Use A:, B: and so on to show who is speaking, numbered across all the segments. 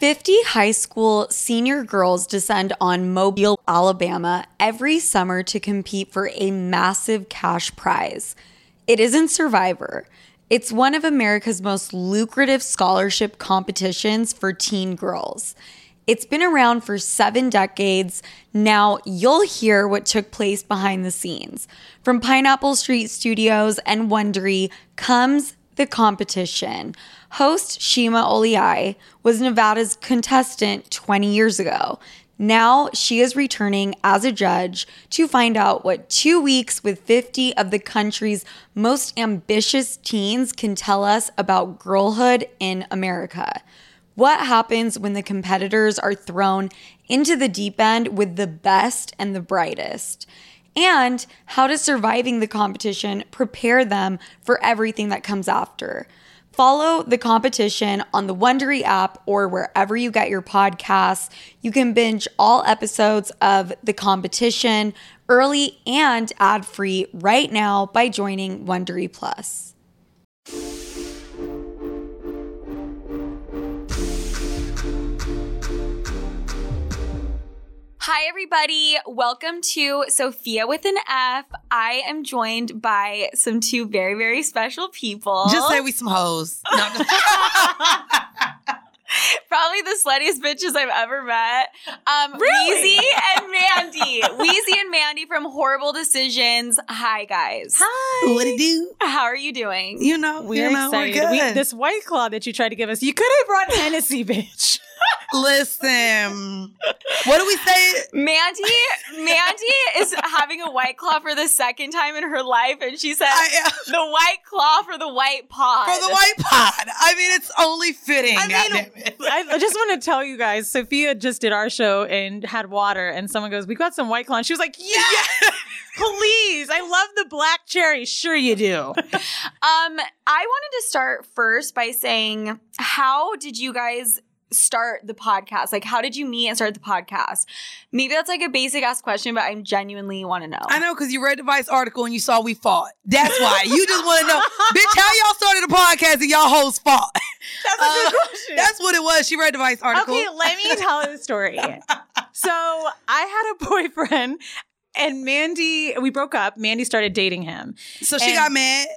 A: 50 high school senior girls descend on Mobile, Alabama every summer to compete for a massive cash prize. It isn't Survivor. It's one of America's most lucrative scholarship competitions for teen girls. It's been around for seven decades. Now you'll hear what took place behind the scenes. From Pineapple Street Studios and Wondery comes the competition. Host Shima Oliai was Nevada's contestant 20 years ago. Now she is returning as a judge to find out what two weeks with 50 of the country's most ambitious teens can tell us about girlhood in America. What happens when the competitors are thrown into the deep end with the best and the brightest? And how does surviving the competition prepare them for everything that comes after? Follow the competition on the Wondery app or wherever you get your podcasts. You can binge all episodes of The Competition early and ad-free right now by joining Wondery Plus. Hi, everybody. Welcome to Sophia with an F. I am joined by some two very, very special people.
B: Just say we some hoes. No, I'm just-
A: Probably the sluttiest bitches I've ever met. Um,
C: Really?
A: Wheezy and Mandy. Wheezy and Mandy from Horrible Decisions. Hi, guys.
C: Hi.
B: what it do?
A: How are you doing?
B: You know,
C: We're
B: you know,
C: excited.
B: We're
C: We-
B: good.
C: this white claw that you tried to give us, you could have brought Hennessy, bitch.
B: Listen, what do we say?
A: Mandy, Mandy is having a white claw for the second time in her life, and she said,
B: I,
A: "The white claw for the white pod."
B: for the white pod. I mean, it's only fitting.
C: I mean,
B: goddamn it.
C: I, I just want to tell you guys, Sophia just did our show and had water, and someone goes, "We got some white claw." And she was like, "Yeah, please! I love the black cherry. Sure you do."
A: Um, I wanted to start first by saying, how did you guys start the podcast? Like, how did you meet and start the podcast? Maybe that's like a basic ass question, but I genuinely want to know.
B: I know because you read the Vice article and you saw we fought. That's why you just want to know, bitch, how y'all started the podcast and y'all hoes fought.
C: That's
B: Uh,
C: question.
B: That's what it was. She read the Vice article.
C: Okay, let me tell the story. so I had a boyfriend, and Mandy, we broke up. Mandy started dating him,
B: so she
C: and-
B: got mad.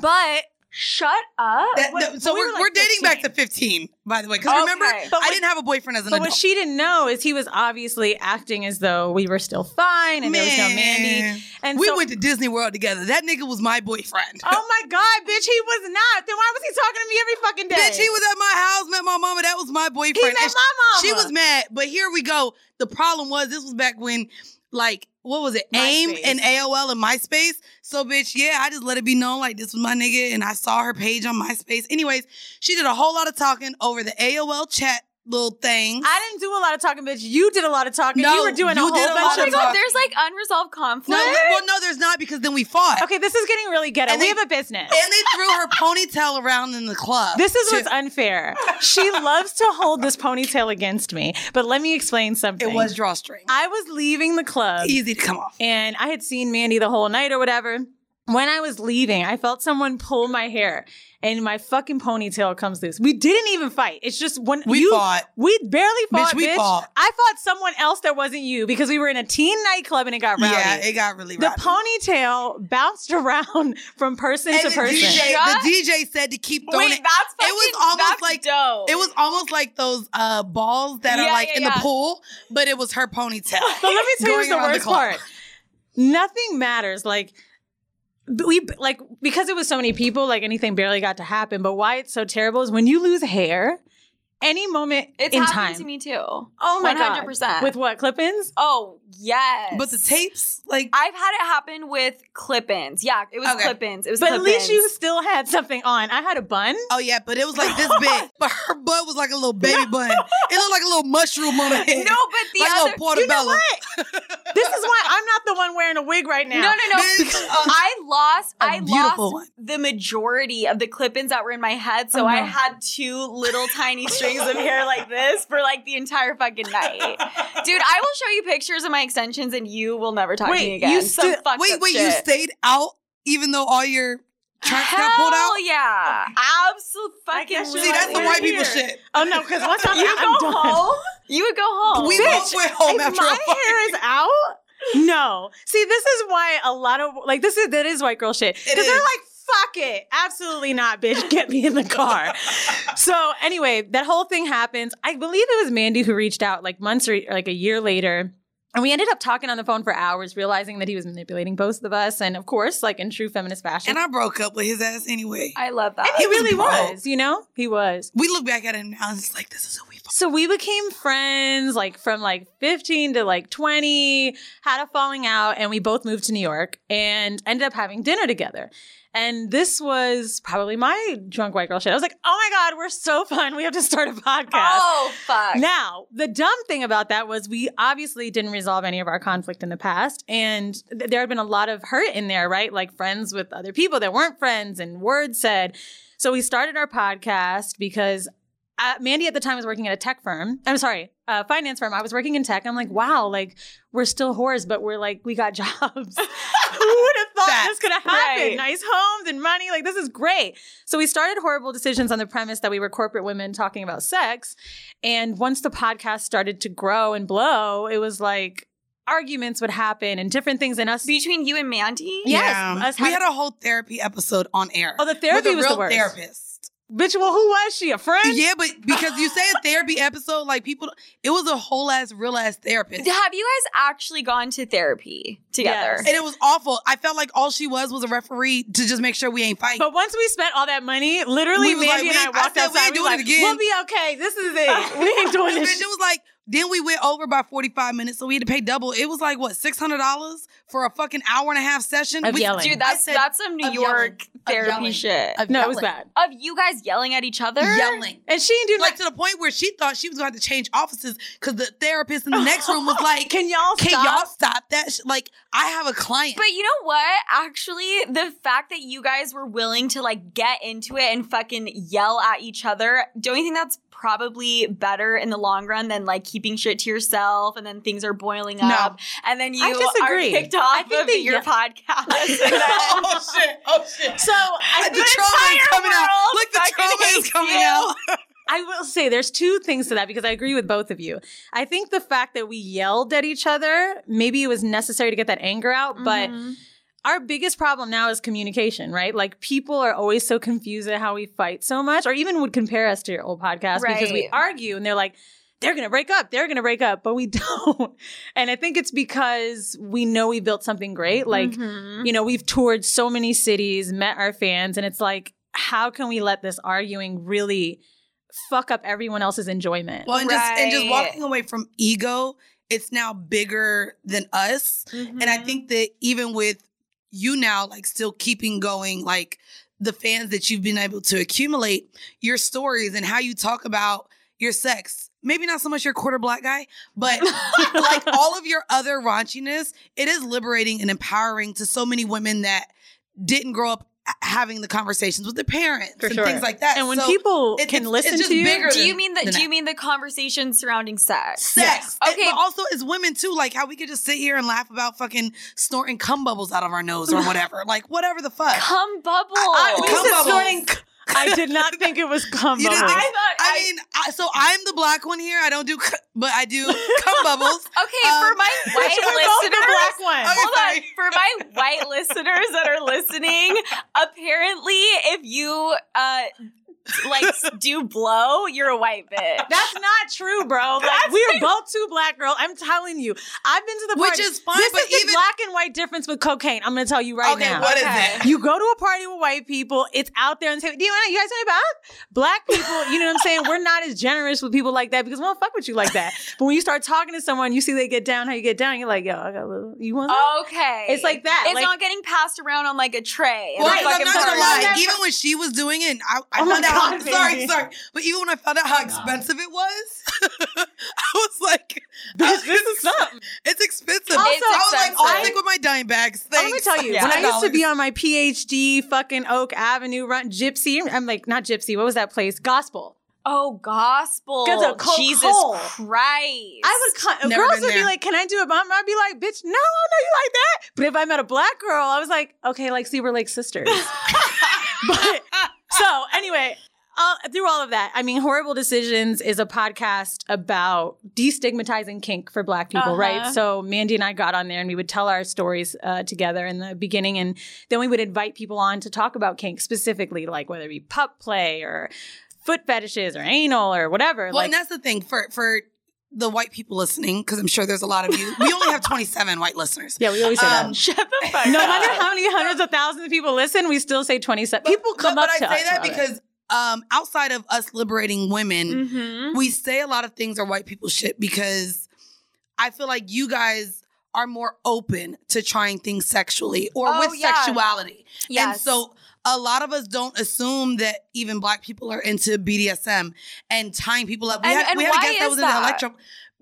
C: but
A: Shut up.
B: That-
C: what-
B: that- so
C: we
B: we're,
C: were like
B: we're dating
C: 15.
B: back to 15, by the way. Because
A: Okay.
B: remember,
A: But
B: I
C: what-
B: didn't have a boyfriend as an
C: But
B: adult.
C: what she didn't know is he was obviously acting as though we were still fine and there was no Mandy.
B: Man.
C: And
B: we
C: so,
B: went to Disney World together. That nigga was my boyfriend.
C: oh my God, bitch, he was not. Then why was he talking to me every fucking day?
B: Bitch, he was at my house, met my mama. That was my boyfriend.
C: He met
B: And
C: my
B: she-
C: mama.
B: She was mad, but here we go. The problem was this was back when, like, what was it? AIM
C: MySpace.
B: and AOL and MySpace. So, bitch, yeah, I just let it be known like this was my nigga, and I saw her page on MySpace. Anyways, she did a whole lot of talking over the AOL chat little thing.
C: I didn't do a lot of talking, bitch. You did a lot of talking.
B: No,
C: you were doing a
B: you
C: whole
B: did a
C: bunch
A: oh
B: lot
A: my
C: of
B: of
A: God,
B: talking.
A: there's like unresolved conflict.
B: no, well, no, there's not because then we fought.
C: Okay, this is getting really ghetto.
B: And
C: we
B: they-
C: have a business.
B: And they threw her ponytail around in the club.
C: This is
B: too.
C: what's unfair. She loves to hold this ponytail against me, but let me explain something.
B: it was drawstring.
C: I was leaving the club
B: Easy to come off.
C: and I had seen Mandy the whole night or whatever. When I was leaving, I felt someone pull my hair and my fucking ponytail comes loose. We didn't even fight. It's just when
B: We
C: you,
B: fought.
C: We barely fought.
B: Bitch, we fought.
C: I fought someone else that wasn't you because we were in a teen nightclub and it got rowdy.
B: Yeah, it got really
C: the
B: rowdy.
C: ponytail bounced around from person to
B: And the
C: person.
B: DJ, the DJ said to keep throwing
A: Wait,
B: it.
A: that's fucking,
B: e- It was almost
A: that's
B: like-
A: dope.
B: It was almost like those uh, balls that
A: Yeah,
B: are like
A: yeah,
B: in
A: yeah.
B: the pool, but it was her ponytail.
C: But let me tell you what's
B: Going
C: the
B: around the
C: worst
B: clock.
C: part. Nothing matters. Like b- we like because it was so many people, like anything barely got to happen. But why it's so terrible is when you lose hair, any moment
A: It's
C: in
A: happened
C: time.
A: to me too.
C: oh my god,
A: 100%.
C: with what clip-ins?
A: Oh, yes.
B: But the tapes, like,
A: I've had it happen with clip-ins. Yeah, it was
B: Okay.
A: clip-ins. It was
C: But at
A: clip-ins.
C: least you still had something on. I had a bun.
B: oh yeah, but it was like this big. But her butt was like a little baby bun. It looked like a little mushroom on her head.
A: No, but the
B: like oh, a
A: other
B: little portobello.
C: This is why I'm not the one wearing a wig right now.
A: No, no, uh, no.
B: This-
A: I lost.
B: A
A: I
B: beautiful
A: lost
B: one.
A: the majority of the clip-ins that were in my head, so
C: Oh, no.
A: I had two little tiny strings of hair like this for like the entire fucking night. Dude, I will show you pictures of my extensions, and you will never talk to
C: Wait,
A: me again.
C: you
A: Some
C: sti-
A: fucked
B: wait,
A: up
B: wait, you
A: shit.
B: stayed out even though all your Trunks got pulled out.
A: Hell yeah. Absolute fucking
C: guess you're
B: See, that's the
C: Like,
B: white
C: we're
B: people
C: here.
B: shit.
C: Oh no, because once I'm,
A: You
C: I'm
A: go
C: done.
A: home. You would go home.
B: We
A: Bitch,
B: both went home
C: if
B: after
C: my
B: a fight.
C: hair is out. No, see, this is why a lot of like this is that is white girl shit
B: It
C: because they're
B: is.
C: like, "Fuck it, absolutely not, bitch, get me in the car." so anyway, that whole thing happens. I believe it was Mandy who reached out like months or or, like a year later. And we ended up talking on the phone for hours, realizing that he was manipulating both of us. And of course, like in true feminist fashion,
B: And I broke up with his ass anyway.
A: I love that.
C: he
B: was
C: really
B: broke.
C: was, you know, he was.
B: we look back at him now and it's like, this is who we
C: So we became friends like from like 15 to like 20, had a falling out, and we both moved to New York and ended up having dinner together. And this was probably my drunk white girl shit. I was like, oh my God, we're so fun. We have to start a podcast.
A: Oh fuck.
C: Now, the dumb thing about that was we obviously didn't resolve any of our conflict in the past. And th- there had been a lot of hurt in there, right? Like friends with other people that weren't friends and words said. So we started our podcast because uh, Mandy at the time was working at a tech firm. I'm sorry, a finance firm. I was working in tech. I'm like, wow, like we're still whores, but we're like, we got jobs. Who would have thought this could have happened?
A: Right.
C: Nice homes and money. Like, this is great. So we started horrible decisions on the premise that we were corporate women talking about sex. And once the podcast started to grow and blow, it was like arguments would happen and different things. And us,
D: Between you and Mandy?
C: Yeah. yes, us
B: we
C: having-
B: had a whole therapy episode on air.
C: oh, the
B: with
C: therapy
B: a
C: was
B: real
C: the worst.
B: therapist.
C: Bitch, well, who was she? A friend?
B: Yeah, but because you say a therapy episode, like people, it was a whole ass, real ass therapist.
D: Have you guys actually gone to therapy together?
C: Yes.
B: And it was awful. I felt like all she was was a referee to just make sure we ain't fighting.
C: But once we spent all that money,
B: We
C: literally,
B: was
C: Mandy
B: like,
C: and I
B: we- I
C: walked
B: said we
C: outside.
B: ain't
C: We were
B: doing it
C: like,
B: again.
C: We'll be okay. This is it. We ain't doing
B: This
C: this.
B: bitch, it
C: shit.
B: was like, then we went over by 45 minutes, so we had to pay double. It was like, what, $600 for a fucking hour and a half session?
C: Of
B: we,
C: yelling.
D: Dude, that's
B: I said-
D: that's some New
B: of
D: York
B: yelling. Of
D: therapy
B: yelling.
D: shit. Of,
B: Of
C: No, it was
B: yelling.
C: bad.
D: you guys yelling at each other?
B: Yelling.
C: And she didn't do
B: Like to the point where she thought she was going to have to change offices because the therapist in the next room was like,
C: Can y'all
B: Can
C: stop?
B: y'all stop that? Sh-? Like, I have a client.
D: But you know what? Actually, the fact that you guys were willing to like get into it and fucking yell at each other, don't you think that's probably better in the long run than like keeping shit to yourself and then things are boiling
B: No.
D: up and then you
C: I
D: are
C: disagree.
D: kicked off
C: I think
D: of
C: they
D: your
C: yell-
D: podcast. And then-
B: oh shit! Oh shit!
C: So I,
B: The
C: think-
B: trauma is coming out.
D: world
B: Look, the
D: fucking
B: trauma is
D: hates
B: coming
D: you.
B: out.
C: I will say there's two things to that because I agree with both of you. I think the fact that we yelled at each other, maybe it was necessary to get that anger out, but
D: Mhm.
C: our biggest problem now is communication, right? Like people are always so confused at how we fight so much, or even would compare us to your old podcast because we
D: Right.
C: argue and they're like, they're gonna break up, they're gonna break up, but we don't. And I think it's because we know we built something
B: Mm-hmm.
C: great. Like,
D: Mhm.
C: you know, we've toured so many cities, met our fans, and it's like, how can we let this arguing really fuck up everyone else's enjoyment?
B: Well, and just and just
D: Right.
B: walking away from ego, it's now bigger than us. And
A: Mm-hmm.
B: I think that even with you now, like still keeping going, like the fans that you've been able to accumulate, your stories and how you talk about your sex. Maybe not so much your quarter black guy, but like all of your other raunchiness, it is liberating and empowering to so many women that didn't grow up h- having the conversations with their parents
C: For
B: and
C: sure.
B: things like that.
C: and when
B: So
C: people
B: it- it's-
C: can
B: it's
C: listen
B: just
C: to you,
B: bigger
D: do you
B: than-
D: mean the do
B: than that.
D: you mean the conversation surrounding sex?
B: sex.
D: Yes.
B: And-
D: Okay.
B: but also as women too, like how we could just sit here and laugh about fucking snorting cum bubbles out of our nose or whatever. like whatever the fuck.
D: Come bubble.
B: I-
C: we
B: Cum
C: said
B: bubbles.
C: snorting. I did not think it was cum
B: You didn't
C: bubbles.
B: think-
D: thought-
B: I, mean, I, so I'm the black one here. I don't do, c- but I do cum bubbles.
D: Okay,
B: Um,
D: for my
C: We're both
D: white
C: the
D: listeners,
C: black one.
B: Okay,
D: Hold on.
B: sorry.
D: For my white listeners that are listening, apparently, if you uh like s- do blow, you're a white bitch.
C: That's not true, bro. Like we are both two black girls. I'm telling you. I've been to the
B: Which
C: party.
B: is fine,
C: This
B: but
C: is the
B: even-
C: black and white difference with cocaine. I'm gonna tell you right
B: okay,
C: now.
B: what is
D: Okay.
B: it?
C: You go to a party with white people, it's out there and say, Do you want you guys want it back? Black people, you know what I'm saying? We're not as generous with people like that because we don't fuck with you like that. But when you start talking to someone, you see they get down, how you get down, you're like, yo, I got a little you want some?
D: Okay.
C: It's like that,
D: It's
C: like-
D: not getting passed around on like a tray. at a
B: Well, 'cause I'm
D: fucking
B: not gonna
D: party.
B: lie. Even when she was doing it, and I, I
C: Oh my
B: found out.
C: God,
B: sorry,
C: baby.
B: sorry. But even when I found out how expensive it was, I was like,
C: Bitch, this is something.
B: it's expensive.
C: Also,
B: I was like, I'll
D: expensive.
B: stick with my dime bags.
C: Oh, Let me
B: Thanks.
C: tell you,
D: Yeah.
C: when I used to be on my PhD fucking Oak Avenue run gypsy, I'm like, not gypsy, what was that place? Gospel.
D: Oh, gospel.
C: Get the Coke
D: Jesus
C: Cola.
D: Christ.
C: I would con-
B: Never
C: girls
B: been
C: would be
B: there.
C: like, "Can I do a bump?" I'd be like, "Bitch, no, no, you like that." But if I met a black girl, I was like, "Okay, like, see, we're like sisters." But so anyway, all, through all of that, I mean, Horrible Decisions is a podcast about destigmatizing kink for Black people,
A: Uh-huh.
C: right? So Mandy and I got on there and we would tell our stories uh, together in the beginning, and then we would invite people on to talk about kink specifically, like whether it be pup play or foot fetishes or anal or whatever.
B: Well,
C: like,
B: and that's the thing for for the white people listening, because I'm sure there's a lot of you. We only have 27 white listeners.
C: yeah, we always say
B: Um,
C: that.
A: Shut the fuck
C: No
A: up.
C: matter how many hundreds of thousands of people listen, we still say twenty-seven. people
B: But-
C: come
B: but,
C: up
B: but
C: to
B: I
C: us
B: say that
C: about it.
B: because um, outside of us liberating women,
D: Mm-hmm.
A: Mhm.
B: we say a lot of things are white people shit because I feel like you guys are more open to trying things sexually or
A: Oh,
B: with
A: yeah.
B: sexuality. And
D: Yes.
B: so a lot of us don't assume that even black people are into BDSM and tying people up. We
A: And-
B: had,
A: and
B: we had a
A: why
B: guest that
A: is
B: was
A: that?
B: in the electro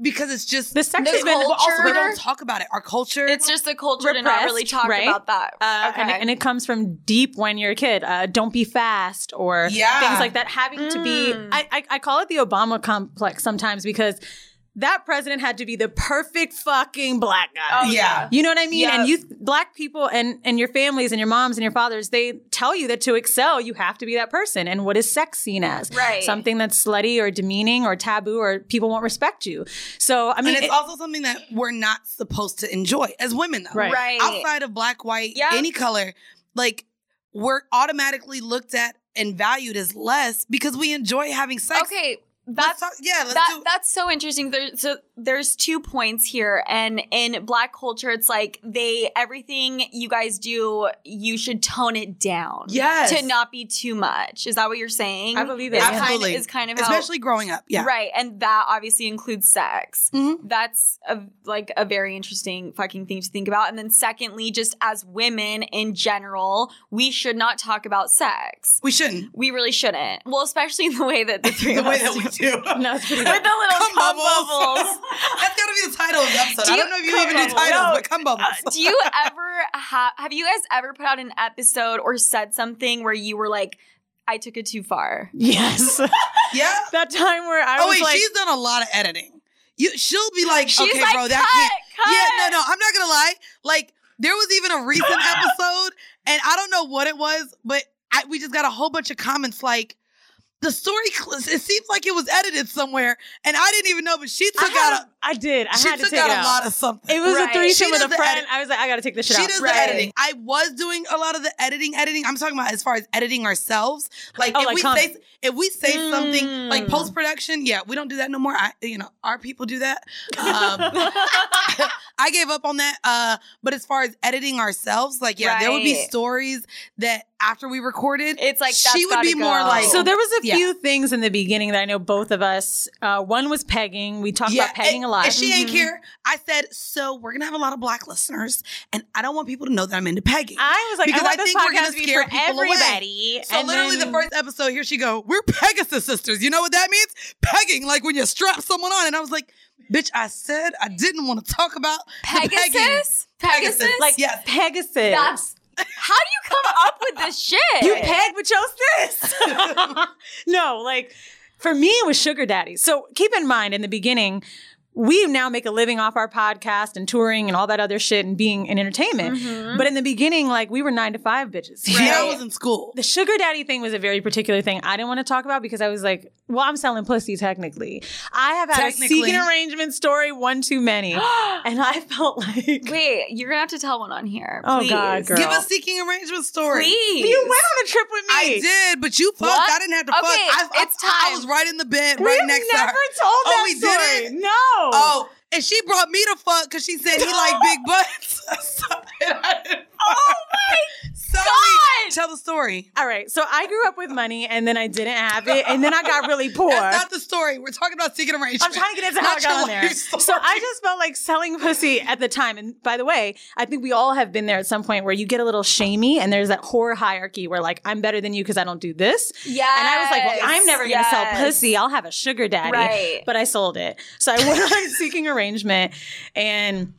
B: because it's just
C: the sex
A: The
C: has been
B: but also we
A: culture-
B: don't talk about it. Our culture.
A: It's just the culture to not really
C: Repressed,
A: talk
C: right?
A: about that.
C: Uh,
A: Okay.
C: and, it, and it comes from deep when you're a kid. Uh, don't be fast or
B: Yeah.
C: things like that. Having to be,
A: Mm.
C: I, I, I call it the Obama complex sometimes because that president had to be the perfect fucking black guy.
A: Oh,
B: yeah.
C: You know what I mean?
A: Yeah.
C: And you, black people, and and your families, and your moms, and your fathers, they tell you that to excel, you have to be that person. And what is sex seen as?
A: Right.
C: Something that's slutty or demeaning or taboo, or people won't respect you. So I mean,
B: and it's
C: it-
B: also something that we're not supposed to enjoy as women, though.
C: Right.
A: Right.
B: outside of black, white,
A: Yeah.
B: any color, like we're automatically looked at and valued as less because we enjoy having sex.
D: okay, that's
B: Let's talk- yeah. Let's
D: that,
B: do.
D: that's so interesting. There, so there's two points here, and in Black culture, it's like they everything you guys do, you should tone it down,
B: Yes.
D: to not be too much. Is that what you're saying?
C: I believe it.
D: Is
C: yeah.
D: kind-
B: Absolutely.
D: is kind of how,
B: Especially growing up, yeah.
D: right, and that obviously includes sex.
B: Mhm.
D: That's a, like a very interesting fucking thing to think about. And then secondly, just as women in general, we should not talk about sex.
B: We shouldn't.
D: We really shouldn't. Well, especially in the way that the three
B: The
D: of
B: way
D: us
B: that
D: do.
B: we do.
C: No, it's pretty
D: with the little
B: Cum
D: cum
B: bubbles.
D: bubbles.
B: That's gotta be the title of the episode.
D: Do
B: I
D: you-
B: don't know if you
D: cum
B: even do
D: bubbles.
B: titles,
D: No.
B: but cum bubbles.
D: Do you ever have have you guys ever put out an episode or said something where you were like, I took it too far?
C: yes.
B: yeah.
C: that time where I
B: Oh
C: was
B: wait,
C: like,
B: she's done a lot of editing. You, she'll be like,
D: She's
B: okay,
D: like,
B: bro,
D: cut,
B: that can't.
D: cut.
B: Yeah, no, no, I'm not gonna lie. Like there was even a recent episode, and I don't know what it was, but I, we just got a whole bunch of comments like. The story, cl- it seems like it was edited somewhere, and I didn't even know. But she
C: I,
B: took
C: had
B: out,
C: a- I did. I
B: a, she
C: had to
B: took
C: take
B: out
C: it
B: a
C: out.
B: lot of something.
C: It was
D: Right.
C: a threesome
B: She
C: with
B: does
C: a
B: the
C: friend.
B: edit.
C: I was like, I gotta take this shit
B: she
C: out.
B: does
D: Right.
B: the editing. I was doing a lot of the editing, editing. I'm talking about as far as editing ourselves. Like
C: Oh,
B: if
C: like Hmm.
B: we
C: comment.
B: say if we say something like
D: Mm.
B: post production, yeah, we don't do that no more. I, you know, our people do that. Um, I gave up on that. Uh, but as far as editing ourselves, like yeah, there would be
D: Right.
B: stories that after we recorded,
D: It's like,
B: she
D: that's
B: would be
D: gotta
B: more
D: go.
B: like
C: so there was a
B: Yeah.
C: few things in the beginning that I know both of us. Uh, one was pegging. We talked about pegging
B: and-
C: a lot.
B: And she ain't
D: Mhm.
B: here. I said, so we're gonna have a lot of black listeners, and I don't want people to know that I'm into pegging.
C: I was like,
B: Because
C: I want
B: I
C: this
B: think we're gonna
C: podcast to be
B: scare
C: for
B: people away.
C: everybody.
B: So
C: And
B: literally
C: then-
B: the first episode, here she go, we're Pegasus sisters. You know what that means? Pegging, like when you strap someone on. And I was like, bitch, I said I didn't want to talk about the pegging.
D: Pegasus? Pegasus?
B: Like,
D: Like
B: yes.
C: Pegasus.
D: that's how do you come up with this shit?
C: you pegged with your sis. no, like for me, it was sugar daddies. So keep in mind in the beginning, we now make a living off our podcast and touring and all that other shit and being in entertainment.
B: Mm-hmm.
C: But in the beginning, like we were nine to five bitches. You
B: Yeah, I
C: know?
B: was in school.
C: The sugar daddy thing was a very particular thing I didn't want to talk about because I was like, well, I'm selling pussy technically. I have had a
B: Technically.
C: seeking arrangement story one too many.
A: Mm-hmm.
C: and I felt like
D: Wait, you're gonna have to tell one on here.
C: Oh,
D: please.
C: God, girl.
B: Give a seeking arrangement story.
D: Please.
C: you went on a trip with me.
B: I did, but you fucked.
D: What?
B: I didn't have to
D: Okay,
B: fuck. I, I-
D: it's
B: I
D: time.
B: was right in the bed,
C: We've
B: right next to
C: never
B: her.
C: told
B: Oh,
C: that
B: we did
C: story.
B: it?
C: No.
B: Oh, and she brought me to fuck because she said he like big butts. so, and I didn't fuck.
D: Oh my
B: so
D: God.
B: we- tell the story.
C: All right. So I grew up with money and then I didn't have it. And then I got really poor.
B: That's not the story. We're talking about seeking arrangement.
C: I'm trying to get into how I
B: Not your
C: got on there.
B: life
C: So I just felt like selling pussy at the time. And by the way, I think we all have been there at some point where you get a little shamey and there's that horror hierarchy where like, I'm better than you because I don't do this.
D: Yeah.
C: And I was like, well, I'm never going to sell pussy. I'll have a sugar daddy.
D: Right.
C: But I sold it. So I went on seeking arrangement and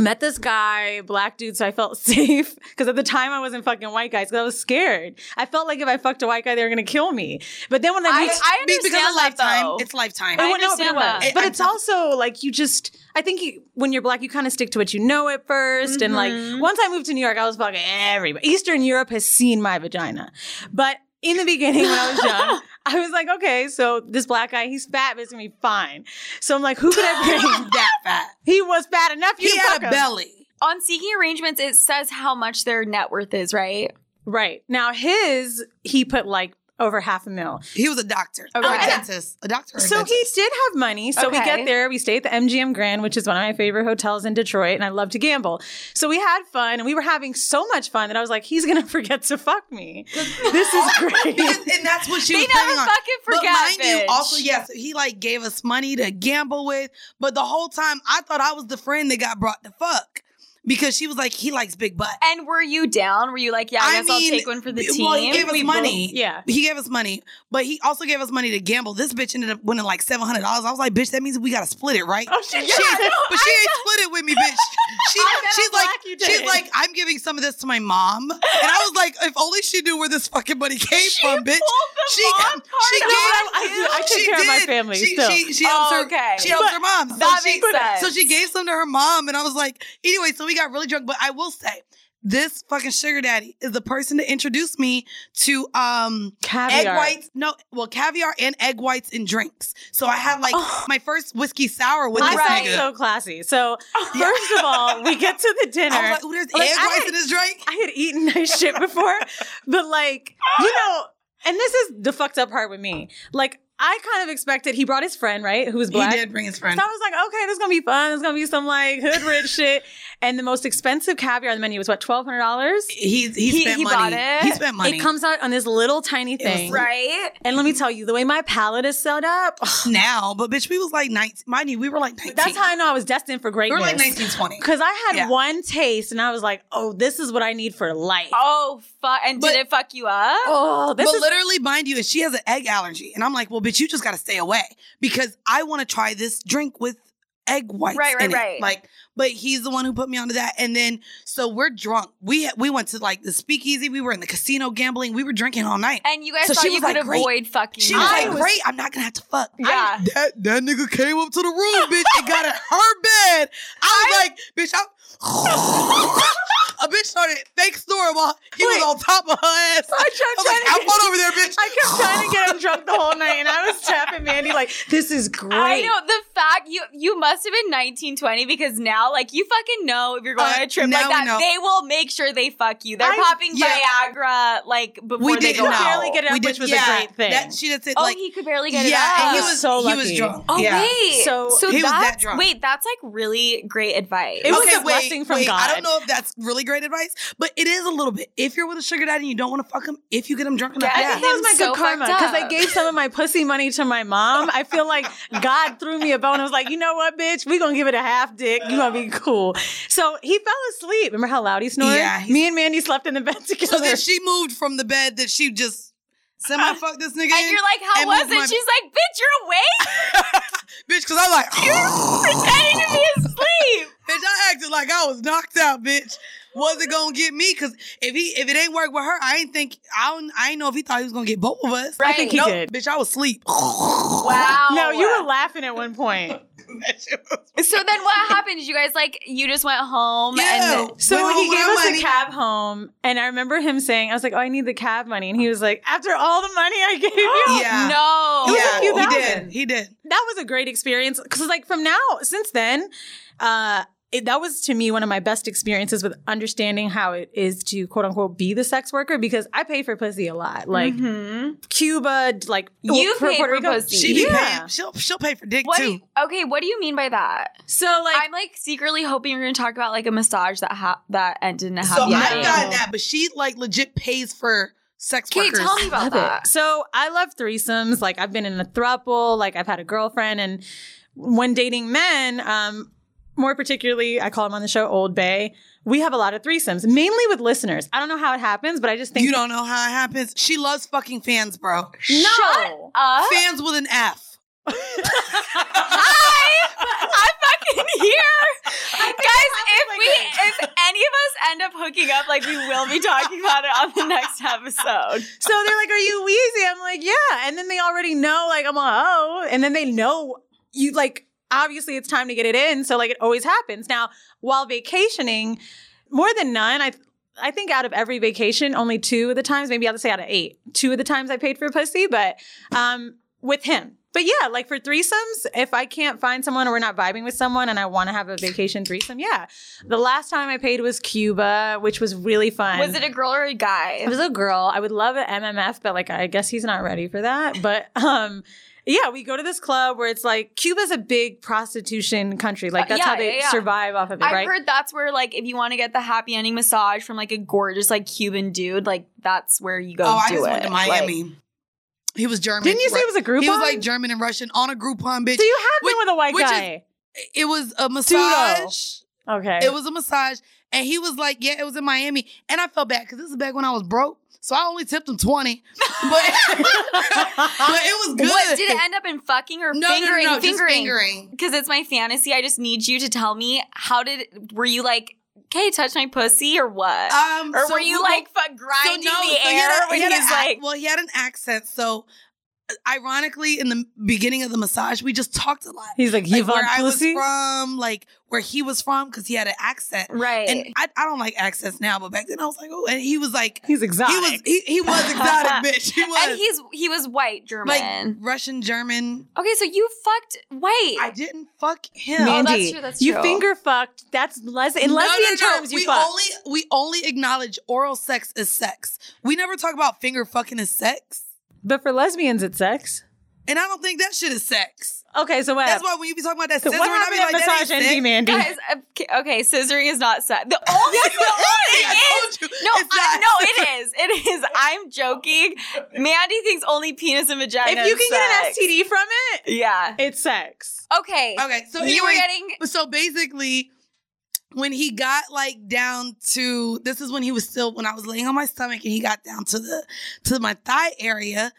C: met this guy, black dude, so I felt safe. Cause at the time I wasn't fucking white guys, cause I was scared. I felt like if I fucked a white guy, they were gonna kill me. But then when I,
A: I,
C: reached,
A: I
B: Be-
A: understand
B: because of
A: that
B: lifetime,
A: though.
B: it's lifetime.
A: I
C: But no,
A: understand
C: but,
A: that.
C: but
B: I-
C: it's also like you just. I think you, when you're black, you kind of stick to what you know at 1st And
B: Mm-hmm.
C: like once I moved to New York, I was fucking everybody. Eastern Europe has seen my vagina, but in the beginning when I was young, I was like, okay, so this black guy, he's fat, but it's gonna be fine. So I'm like, who could I bring?
B: that fat.
C: he was fat enough. You
B: He
C: to
B: had
C: fuck
B: a
C: him.
B: belly.
A: On seeking arrangements, it says how much their net worth is, right?
C: Right now, his he put like over half a mil.
B: He was a doctor.
A: Okay.
B: Or a dentist. A doctor. or a
C: So he
B: dentist.
C: did have money. So we
A: Okay.
C: get there, we stay at the MGM Grand, which is one of my favorite hotels in Detroit, and I love to gamble. So we had fun, and we were having so much fun that I was like, he's gonna forget to fuck me. this is great.
B: Because- and that's what she
A: They
B: was
A: never
B: planning on.
A: fucking forget.
B: But mind you,
A: bitch.
B: also yes, he like gave us money to gamble with. But the whole time, I thought I was the friend that got brought to fuck because she was like, he likes big butt.
A: And were you down? Were you like, yeah, I,
B: I
A: guess I'll
B: mean,
A: take one for the team?
B: Well, he gave us
A: We
B: money.
C: yeah.
B: he gave us money, but he also gave us money to gamble. This bitch ended up winning like seven hundred dollars. I was like, bitch, that means we gotta split it, right?
C: Oh shit!
B: She- but she ain't split it with me, bitch. She,
C: I bet
B: she's
C: I'm
B: like,
C: black you
B: she's
C: did.
B: like, I'm giving some of this to my mom, and I was like, if only she knew where this fucking money came from, bitch. She, she
C: out.
B: gave.
C: I do. I take
B: she
C: care of my
B: did.
C: family
B: She,
C: still.
B: she, she helps her.
A: Oh, Okay.
B: She helps her mom. So
A: that
B: she,
A: makes sense.
B: So she gave some to her mom, and I was like, anyway. So we got really drunk, but I will say. This fucking sugar daddy is the person that introduced me to um
C: Caviar.
B: egg whites. No, well, caviar and egg whites in drinks. So I had like my first whiskey sour with
C: Oh. I
B: this
C: sound
B: nigga.
C: so classy. So first of all, we get to the dinner.
B: I was like, ooh, there's
C: Like,
B: egg
C: I-
B: whites in this drink.
C: I had eaten nice shit before, but like, you know, and this is the fucked up part with me. Like, I kind of expected he brought his friend, right? Who was black.
B: He did bring his friend.
C: So I was like, okay, this is gonna be fun. It's gonna be some like hood rich shit. And the most expensive caviar on the menu was what, twelve hundred dollars?
B: He, he,
A: He-
B: spent
A: he
B: money.
A: bought it.
B: He spent money.
C: It comes out on this little tiny
B: was
C: thing.
A: Right?
C: And let me tell you, the way my palate is set up,
B: now, but bitch, we was like 19. Mind you, we were like 19.
C: that's how I know I was destined for
B: we were
C: greatness.
B: like 19, 20.
C: Cause I had
B: Yeah.
C: one taste and I was like, oh, this is what I need for life.
A: Oh, fuck. And
B: But-
A: did it fuck you up?
C: Oh, this
B: but
C: is
B: literally, mind you, is she has an egg allergy. And I'm like, well, bitch, you just got to stay away because I want to try this drink with egg whites.
A: Right, right,
B: in it.
A: right.
B: Like, but he's the one who put me onto that. And then, so we're drunk. We we went to like the speakeasy. We were in the casino gambling. We were drinking all night.
A: And you guys
B: So
A: thought
B: she
A: you
B: was
A: could
B: like, great.
A: avoid fucking.
B: She was
A: that.
B: like, great, I'm not going to have to fuck.
A: yeah.
B: That, that nigga came up to the room, bitch, and got in her bed. I was like, bitch, I. A bitch started fake snoring while he
C: Wait.
B: was on top of her ass.
C: I
B: I
C: tried-
B: was
C: tried
B: like,
C: to
B: I'm
C: get-
B: going over there, bitch.
C: I kept trying to get him drunk the whole night, and I was tapping Mandy like, "This is great."
A: I know the fact you you must have been 19, 20 because now like you fucking know if you're going
B: Uh,
A: on a trip
B: now
A: like
B: we
A: that
B: know.
A: they will make sure they fuck you. They're
C: I-
A: popping
B: yeah.
A: Viagra like before
B: we
A: they
B: didn't
A: go
B: know.
A: out.
C: barely get it up,
B: we
C: which was a great thing.
B: That, she just said,
A: oh,
B: like,
A: he could barely get it
B: yeah,
A: up.
B: and he
C: up.
B: was
C: So
B: he was
C: lucky.
B: drunk.
A: oh
B: yeah.
A: wait,
C: So-
A: so,
B: He was that
A: that's
B: drunk.
A: wait, that's like really great advice.
C: It was
B: okay,
C: a
B: wait,
C: blessing from
B: wait, I
C: God.
B: don't know if that's really great advice, but it is a little bit. If you're with a sugar daddy and you don't want to fuck him, if you get him drunk enough,
A: Yeah,
C: I
A: I
C: think
A: him
C: that was my
A: so
C: good karma
A: fucked
C: because I
A: up.
C: gave some of my pussy money to my mom. I feel like God threw me a bone. I was like, you know what, bitch? We gonna give it a half dick. You gonna be cool. So he fell asleep. Remember how loud he snored?
B: Yeah, he's-
C: Me and Mandy slept in the bed together.
B: So then she moved from the bed that she just semi fucked this nigga.
A: and
B: in
A: you're like, how
B: and
A: was
B: moved
A: it?
B: my-
A: She's like, bitch, you're awake,
B: bitch, because I'm like,
A: pretending to be asleep.
B: bitch, I acted like I was knocked out, bitch. Wasn't gonna get me because if he if it ain't work with her, I ain't think I don't I ain't know if he thought he was gonna get both of us.
A: Right.
C: I think he
B: No,
C: did.
B: bitch, I was asleep.
A: Wow.
C: No, you were laughing at one point.
B: That shit was-
A: So then what happened? Did you guys like you just went home
B: Yeah.
A: and
C: So
B: Went
C: he
B: home with
C: gave
B: our
C: us
B: money.
C: a cab home, and I remember him saying, "I was like, oh, I need the cab money," and he was like, "After all the money I gave you,
B: Yeah.
A: no.
C: was a
B: yeah,
C: few
B: he
C: thousand.
B: did. He did.
C: that was a great experience because like from now since then uh it, that was to me one of my best experiences with understanding how it is to quote unquote be the sex worker because I pay for pussy a lot like Cuba d- like
A: Mm-hmm.
C: oh,
A: You
C: Pu-
A: pay for pussy.
B: She be
C: Yeah.
B: paying. She'll she'll pay for dick
A: What do
B: too.
A: you, okay, what do you mean by that?
C: so like
A: I'm like secretly hoping you're going to talk about like a massage that ha- that ended in a
B: so
A: happy
C: Yeah.
B: I've
A: ending.
B: gotten that, but she like legit pays for sex
A: Kate,
B: workers.
A: tell me about that.
C: So I love threesomes. Like I've been in a throuple. Like I've had a girlfriend, and when dating men, um, more particularly, I call him on the show Old Bay. We have a lot of threesomes, mainly with listeners. I don't know how it happens, but I just think
B: you don't know how it happens. She loves fucking fans, bro.
C: no.
A: Uh,
B: Fans with an F.
A: hi, I'm fucking here, guys. If hooking up, like we will be talking about it on the next episode.
C: So they're like, "Are you wheezy?" I'm like, "Yeah." And then they already know, like, I'm like, "Oh," and then they know you like. Obviously, it's time to get it in. So like, it always happens. Now, while vacationing, more than none, I I think out of every vacation, only two of the times, maybe I'll say out of eight, two of the times I paid for pussy, but um, with him. But yeah, like for threesomes, if I can't find someone or we're not vibing with someone and I want to have a vacation threesome, yeah. The last time I paid was Cuba, which was really fun.
A: Was it a girl or a
C: It
A: guy?
C: was a girl. I would love an MMF, but like I guess he's not ready for that. But um yeah, we go to this club where it's like Cuba's a big prostitution country. Like that's
A: Yeah,
C: how they
A: yeah, yeah.
C: survive off of it,
A: I've
C: right?
A: heard that's where, like, if you want to get the happy ending massage from like a gorgeous like Cuban dude, like that's where you go.
B: oh, I
A: do
B: just
A: it.
B: went to
A: Like-
B: Miami. he was German.
C: Didn't you say it was a Groupon?
B: He was like German and Russian on a Groupon, bitch.
C: so you have
B: which-
C: been with a white
B: which is-
C: guy.
B: It was a
C: Pseudo.
B: massage.
C: okay.
B: It was a massage, and he was like, "Yeah, it was in Miami," and I felt bad because this is back when I was broke, so I only tipped him twenty, but but it was good.
A: What did it end up in fucking or
B: no, no, no,
A: fingering?
B: no, just
A: fingering.
B: fingering.
A: Because it's my fantasy. I just need you to tell me how did were you like, okay, touch my pussy or what?
B: Um,
A: or
B: so
A: were you
B: we-
A: like fuck, grinding the
B: he
A: air
B: had a-
A: when
B: he had
A: he's
B: an ac-
A: like,
B: well, he had an accent, so uh, ironically, in the beginning of the massage, we just talked a lot.
C: He's like,
B: Like
C: you
B: where
C: want
B: I was
C: pussy?
B: from, like where he was from, because he had an accent.
A: right?
B: And I, I don't like accents now, but back then I was like, oh, and he was like,
C: He's exotic.
B: he was he, he was exotic, bitch. He was.
A: And he's he was white German.
B: like Russian German.
A: okay, so you fucked white.
B: I didn't fuck him.
A: Man,
C: Mandy,
A: that's true, that's
C: you
A: true.
C: finger fucked. That's les- in
B: No, no,
C: lesbian
B: no.
C: terms. You
B: we
C: fucked.
B: only we only acknowledge oral sex as sex. We never talk about finger fucking as sex,
C: but for lesbians, it's sex.
B: and I don't think that shit is sex.
C: Okay, so what?
B: That's why when you be talking about that
C: so
B: scissor,
C: what
B: and I
C: happened
B: be
C: at
B: like, that
C: massage
B: ain't
C: envy,
B: sex.
C: Mandy?
A: Guys, okay, okay, scissoring is not sex. The only
B: Yes,
A: the only is-
B: it is. I told you.
A: No,
B: It's
A: I,
B: not.
A: no, it is. It is. I'm joking. Mandy thinks only penis and vagina.
C: if you
A: is
C: can
A: sex.
C: get an STD from it,
A: yeah.
C: it's sex.
A: Okay.
B: Okay, Um, so
A: you were
B: anyway,
A: getting
B: so basically when he got like down to this is when he was still when i was laying on my stomach and he got down to the to my thigh area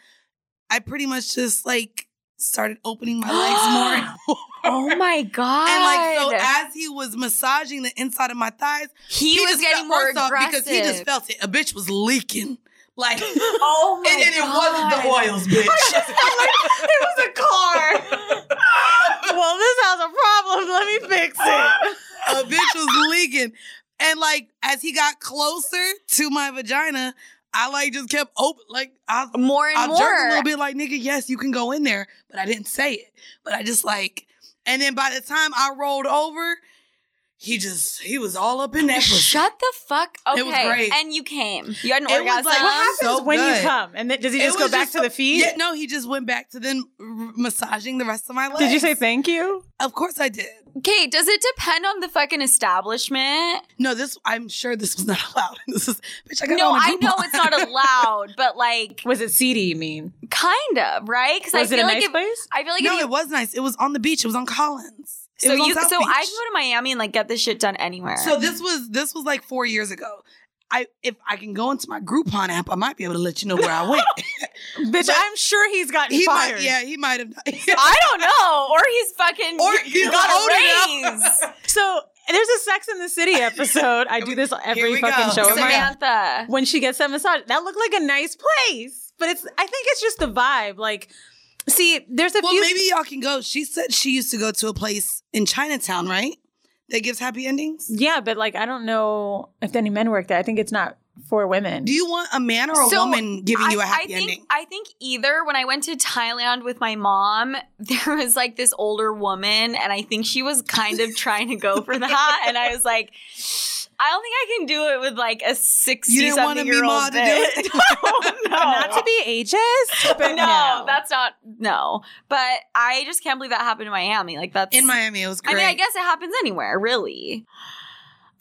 B: i pretty much just like started opening my legs more and more
A: Oh my god!
B: and like so as he was massaging the inside of my thighs
A: he, was
B: just
A: getting
B: felt-
A: more
B: first off,
A: aggressive
B: because he just felt it a bitch was leaking like and,
A: Oh my
B: and it wasn't
A: god!
B: the oils bitch
A: It was a car.
C: well, this has a problem. Let me fix it.
B: a bitch was leaking. And like as he got closer to my vagina, I like just kept open like I
A: more and
B: I jerked a
A: more.
B: little bit like nigga, yes, you can go in there, but I didn't say it. But I just like and then by the time I rolled over, he just he was all up in that pussy.
A: Shut the fuck. Okay.
B: It was great.
A: And you came. You had an
B: It was
A: orgasm.
B: like-
C: What happens
B: So
C: when
B: good.
C: you come? And then, does he
B: It
C: just go
B: was
C: back to
B: so-
C: the feet?
B: Yeah, no, he just went back to then r- massaging the rest of my legs.
C: Did you say thank you?
B: Of course I did.
A: okay. Does it depend on the fucking establishment?
B: No, this I'm sure this was not allowed. This is bitch. I got
A: No,
B: on a
A: I
B: Groupon.
A: know it's not allowed, but like,
C: Was it seedy? You mean?
A: kind of, right? Because I
C: Was
A: feel
C: it a
A: like
C: nice
A: if
C: place?
A: I feel like
B: no,
A: if
B: it
A: you,
B: was nice. It was on the beach. It was on Collins. It
A: so
B: was on
A: you
B: South
A: so
B: beach.
A: I can go to Miami and like get this shit done anywhere.
B: So this was this was like four years ago. I if I can go into my Groupon app, I might be able to let you know where I went.
C: Bitch, I'm sure he's gotten
B: he
C: fired.
B: might, yeah, he might have.
A: I don't know, or he's fucking
B: Or he's
A: got
B: loaded
A: a raise.
C: So there's a Sex in the City episode. I do this every
B: we
C: fucking
B: go.
C: show.
B: Here
C: of
B: we
C: mine.
B: go.
A: Samantha.
C: when she gets that massage. That looked like a nice place, but it's. I think it's just the vibe. Like, see, there's a
B: well,
C: few.
B: maybe y'all can go. She said she used to go to a place in Chinatown, right? That gives happy endings.
C: yeah, but like, I don't know if any men work there. I think it's not for women.
B: Do you want a man or a
A: So,
B: woman giving you a happy
A: think,
B: ending?
A: I think either when I went to Thailand with my mom, there was like this older woman, and I think she was kind of trying to go for that. And I was like, I don't think I can do it with like a 60
B: You didn't want a
A: something year
B: Mima
A: old.
B: to do it?
C: not to be ageist, but
A: no, that's not no. But I just can't believe that happened in Miami. Like that's
B: in Miami, it was
A: I
B: great.
A: mean, I guess it happens anywhere, really.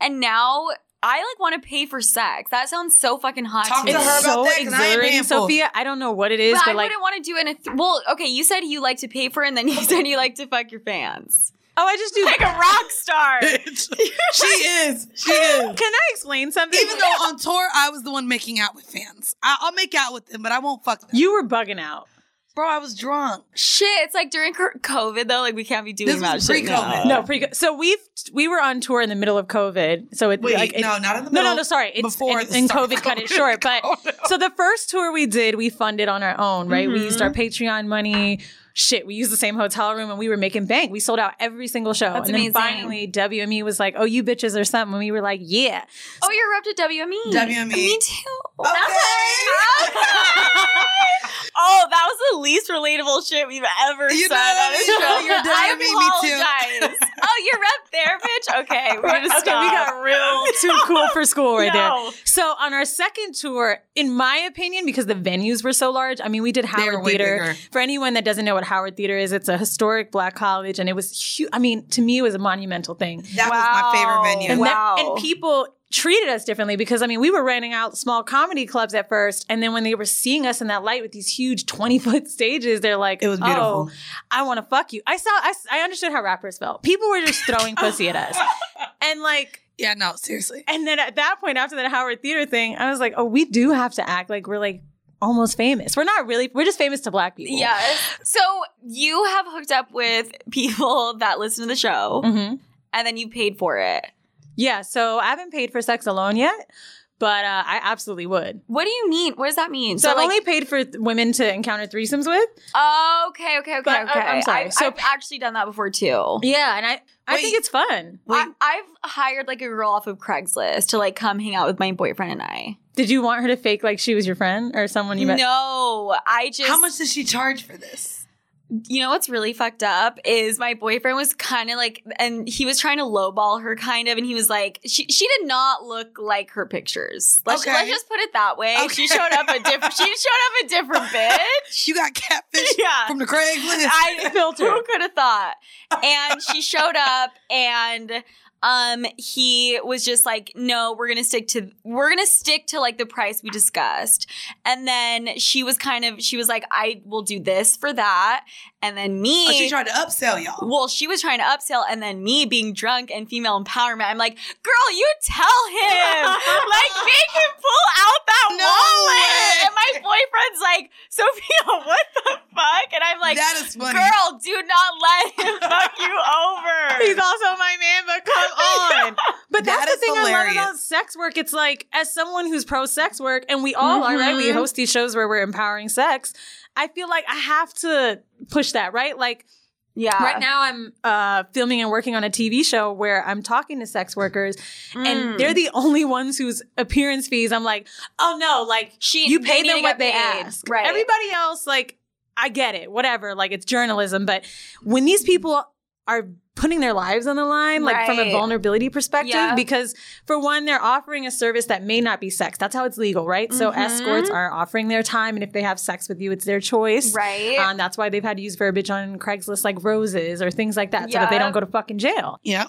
A: And now I like want to pay for sex. That sounds so fucking hot.
B: Talk
A: to
B: to
A: me.
C: it's
B: her about
C: so
B: that 'cause I ain't
C: exhilarating,
B: paying for it.
C: Sophia. I don't know what it is,
A: but
C: but,
A: I
C: like,
A: wouldn't want to do it in a th- well. Okay, you said you like to pay for, it, and then you said you like to fuck your fans
C: oh, I just do.
A: like a rock star.
B: Bitch. she is. She is.
C: Can I explain something?
B: Even though on tour I was the one making out with fans, I, I'll make out with them, but I won't fuck them.
C: you were bugging out.
B: Bro, I was drunk.
A: Shit, it's like during cor- COVID though, like we can't be doing
B: This
A: that
B: was
A: shit.
B: pre-COVID.
A: now.
C: No, pre- so we've we were on tour in the middle of COVID. So it
B: Wait,
C: like, it-
B: no, not in the
C: no,
B: middle.
C: no, no, sorry. It's
B: before
C: before
B: the
C: and
B: start
C: COVID
B: of
C: cut it
B: COVID.
C: short. But
B: Oh, no.
C: so the first tour we did, we funded on our own, right? We used
A: Mhm.
C: our
B: Mm-hmm.
C: Patreon money. Shit, we used the same hotel room and we were making bank. We sold out every single show.
A: That's
C: and
A: amazing.
C: then finally WME was like, Oh, you bitches or something. And we were like, Yeah.
A: Oh, you're repped at WME.
B: WME.
A: Me too.
B: E. Okay.
A: oh, that was the least relatable shit we've ever
B: You
A: said
B: know
A: on
B: what
A: a
B: I mean?
A: show.
B: You're
A: I
B: WME, me
A: apologize. oh, you're rep there, bitch. Okay, we're gonna
C: Okay,
A: stop.
C: we got real too cool for school right there.
A: No.
C: So on our second tour, in my opinion, because the venues were so large, I mean, we did
B: were
C: Howard
B: way
C: Theater.
B: bigger.
C: For anyone that doesn't know what Howard Theater is, it's a historic black college, and it was huge. I mean, to me, it was a monumental thing.
B: That was my favorite
A: Wow.
B: venue.
C: And,
A: Wow.
C: and people treated us differently because I mean, we were renting out small comedy clubs at first, and then when they were seeing us in that light with these huge twenty foot stages, they're like,
B: It was beautiful.
C: Oh, I want to fuck you." I saw. I, I understood how rappers felt. People were just throwing pussy at us, and like.
B: Yeah, no, seriously.
C: And then at that point, after that Howard Theater thing, I was like, oh, we do have to act like we're like almost famous. We're not really, we're just famous to black people.
A: Yes. So you have hooked up with people that listen to the show,
C: Mhm.
A: and then you paid for it.
C: Yeah. So I haven't paid for sex alone yet, but uh, I absolutely would.
A: What do you mean? What does that mean?
C: So, I've
A: like-
C: only paid for th- women to encounter threesomes with.
A: Oh, okay, okay, okay,
C: But, uh,
A: okay.
C: I'm sorry.
A: I've,
C: So-
A: I've actually done that before too.
C: Yeah. And I, I
B: Wait.
C: think it's fun.
B: Wait,
A: I, I've hired like a girl off of Craigslist to like come hang out with my boyfriend and I.
C: Did you want her to fake like she was your friend or someone you met?
A: No, I just
B: how much does she charge for this?
A: you know what's really fucked up is my boyfriend was kind of like and he was trying to lowball her kind of and he was like she she did not look like her pictures. Let's,
B: Okay.
A: let's just put it that way.
B: Okay.
A: She showed up a different she showed up a different bitch.
B: You got catfish
A: yeah.
B: from the Craigslist.
A: I
C: Filter.
A: Who could have thought? And she showed up and um he was just like no we're gonna stick to we're gonna stick to like the price we discussed and then she was kind of she was like i will do this for that and then me
B: Oh, she tried to upsell y'all.
A: well she was trying to upsell and then me being drunk and female empowerment i'm like girl you tell him like we can pull out that
B: No
A: wallet
B: way.
A: and my boyfriend's like sophia what the fuck and i'm like
B: that is funny.
A: Girl, do not let him fuck you over.
C: He's also my man, but come on. But that's
B: That
C: the
B: is
C: thing I
B: hilarious.
C: love about sex work. It's like, as someone who's pro sex work, and we all are, right? We
A: Mhm.
B: Mm-hmm.
C: host these shows where we're empowering sex. I feel like I have to push that, right? Like,
A: yeah.
C: right now I'm uh, filming and working on a TV show where I'm talking to sex workers,
A: Mm.
B: Mm.
C: and they're the only ones whose appearance fees I'm like, oh no, like,
A: she
C: you pay
A: need
C: them
A: to
C: what
A: get
C: they
A: paid.
C: ask.
A: Right.
C: Everybody else, like, I get it, whatever. Like, it's journalism. But when these people are putting their lives on the line, like from a
A: Right.
C: vulnerability perspective,
A: Yeah.
C: because for one, they're offering a service that may not be sex. That's how it's legal, right? So
A: Mhm.
C: escorts are offering their time. And if they have sex with you, it's their choice.
A: Right.
C: Um, that's why they've had to use verbiage on Craigslist like roses or things like that, so that they
A: Yeah.
C: don't go to fucking jail.
B: yeah.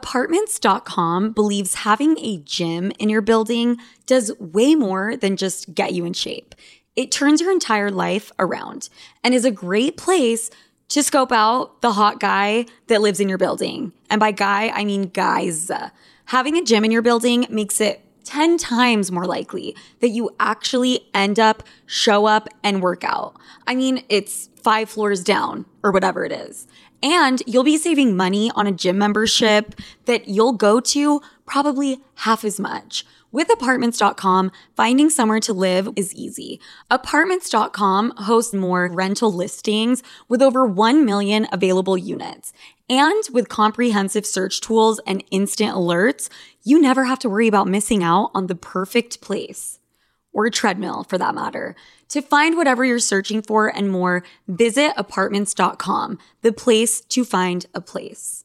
D: Apartments.com believes having a gym in your building does way more than just get you in shape. It turns your entire life around and is a great place to scope out the hot guy that lives in your building. And by guy, I mean guys. Having a gym in your building makes it 10 times more likely that you actually end up, show up, and work out. I mean, it's five floors down or whatever it is. And you'll be saving money on a gym membership that you'll go to probably half as much. With apartments.com, finding somewhere to live is easy. Apartments.com hosts more rental listings with over 1 million available units. And with comprehensive search tools and instant alerts, you never have to worry about missing out on the perfect place or treadmill for that matter. To find whatever you're searching for and more, visit apartments.com, the place to find a place.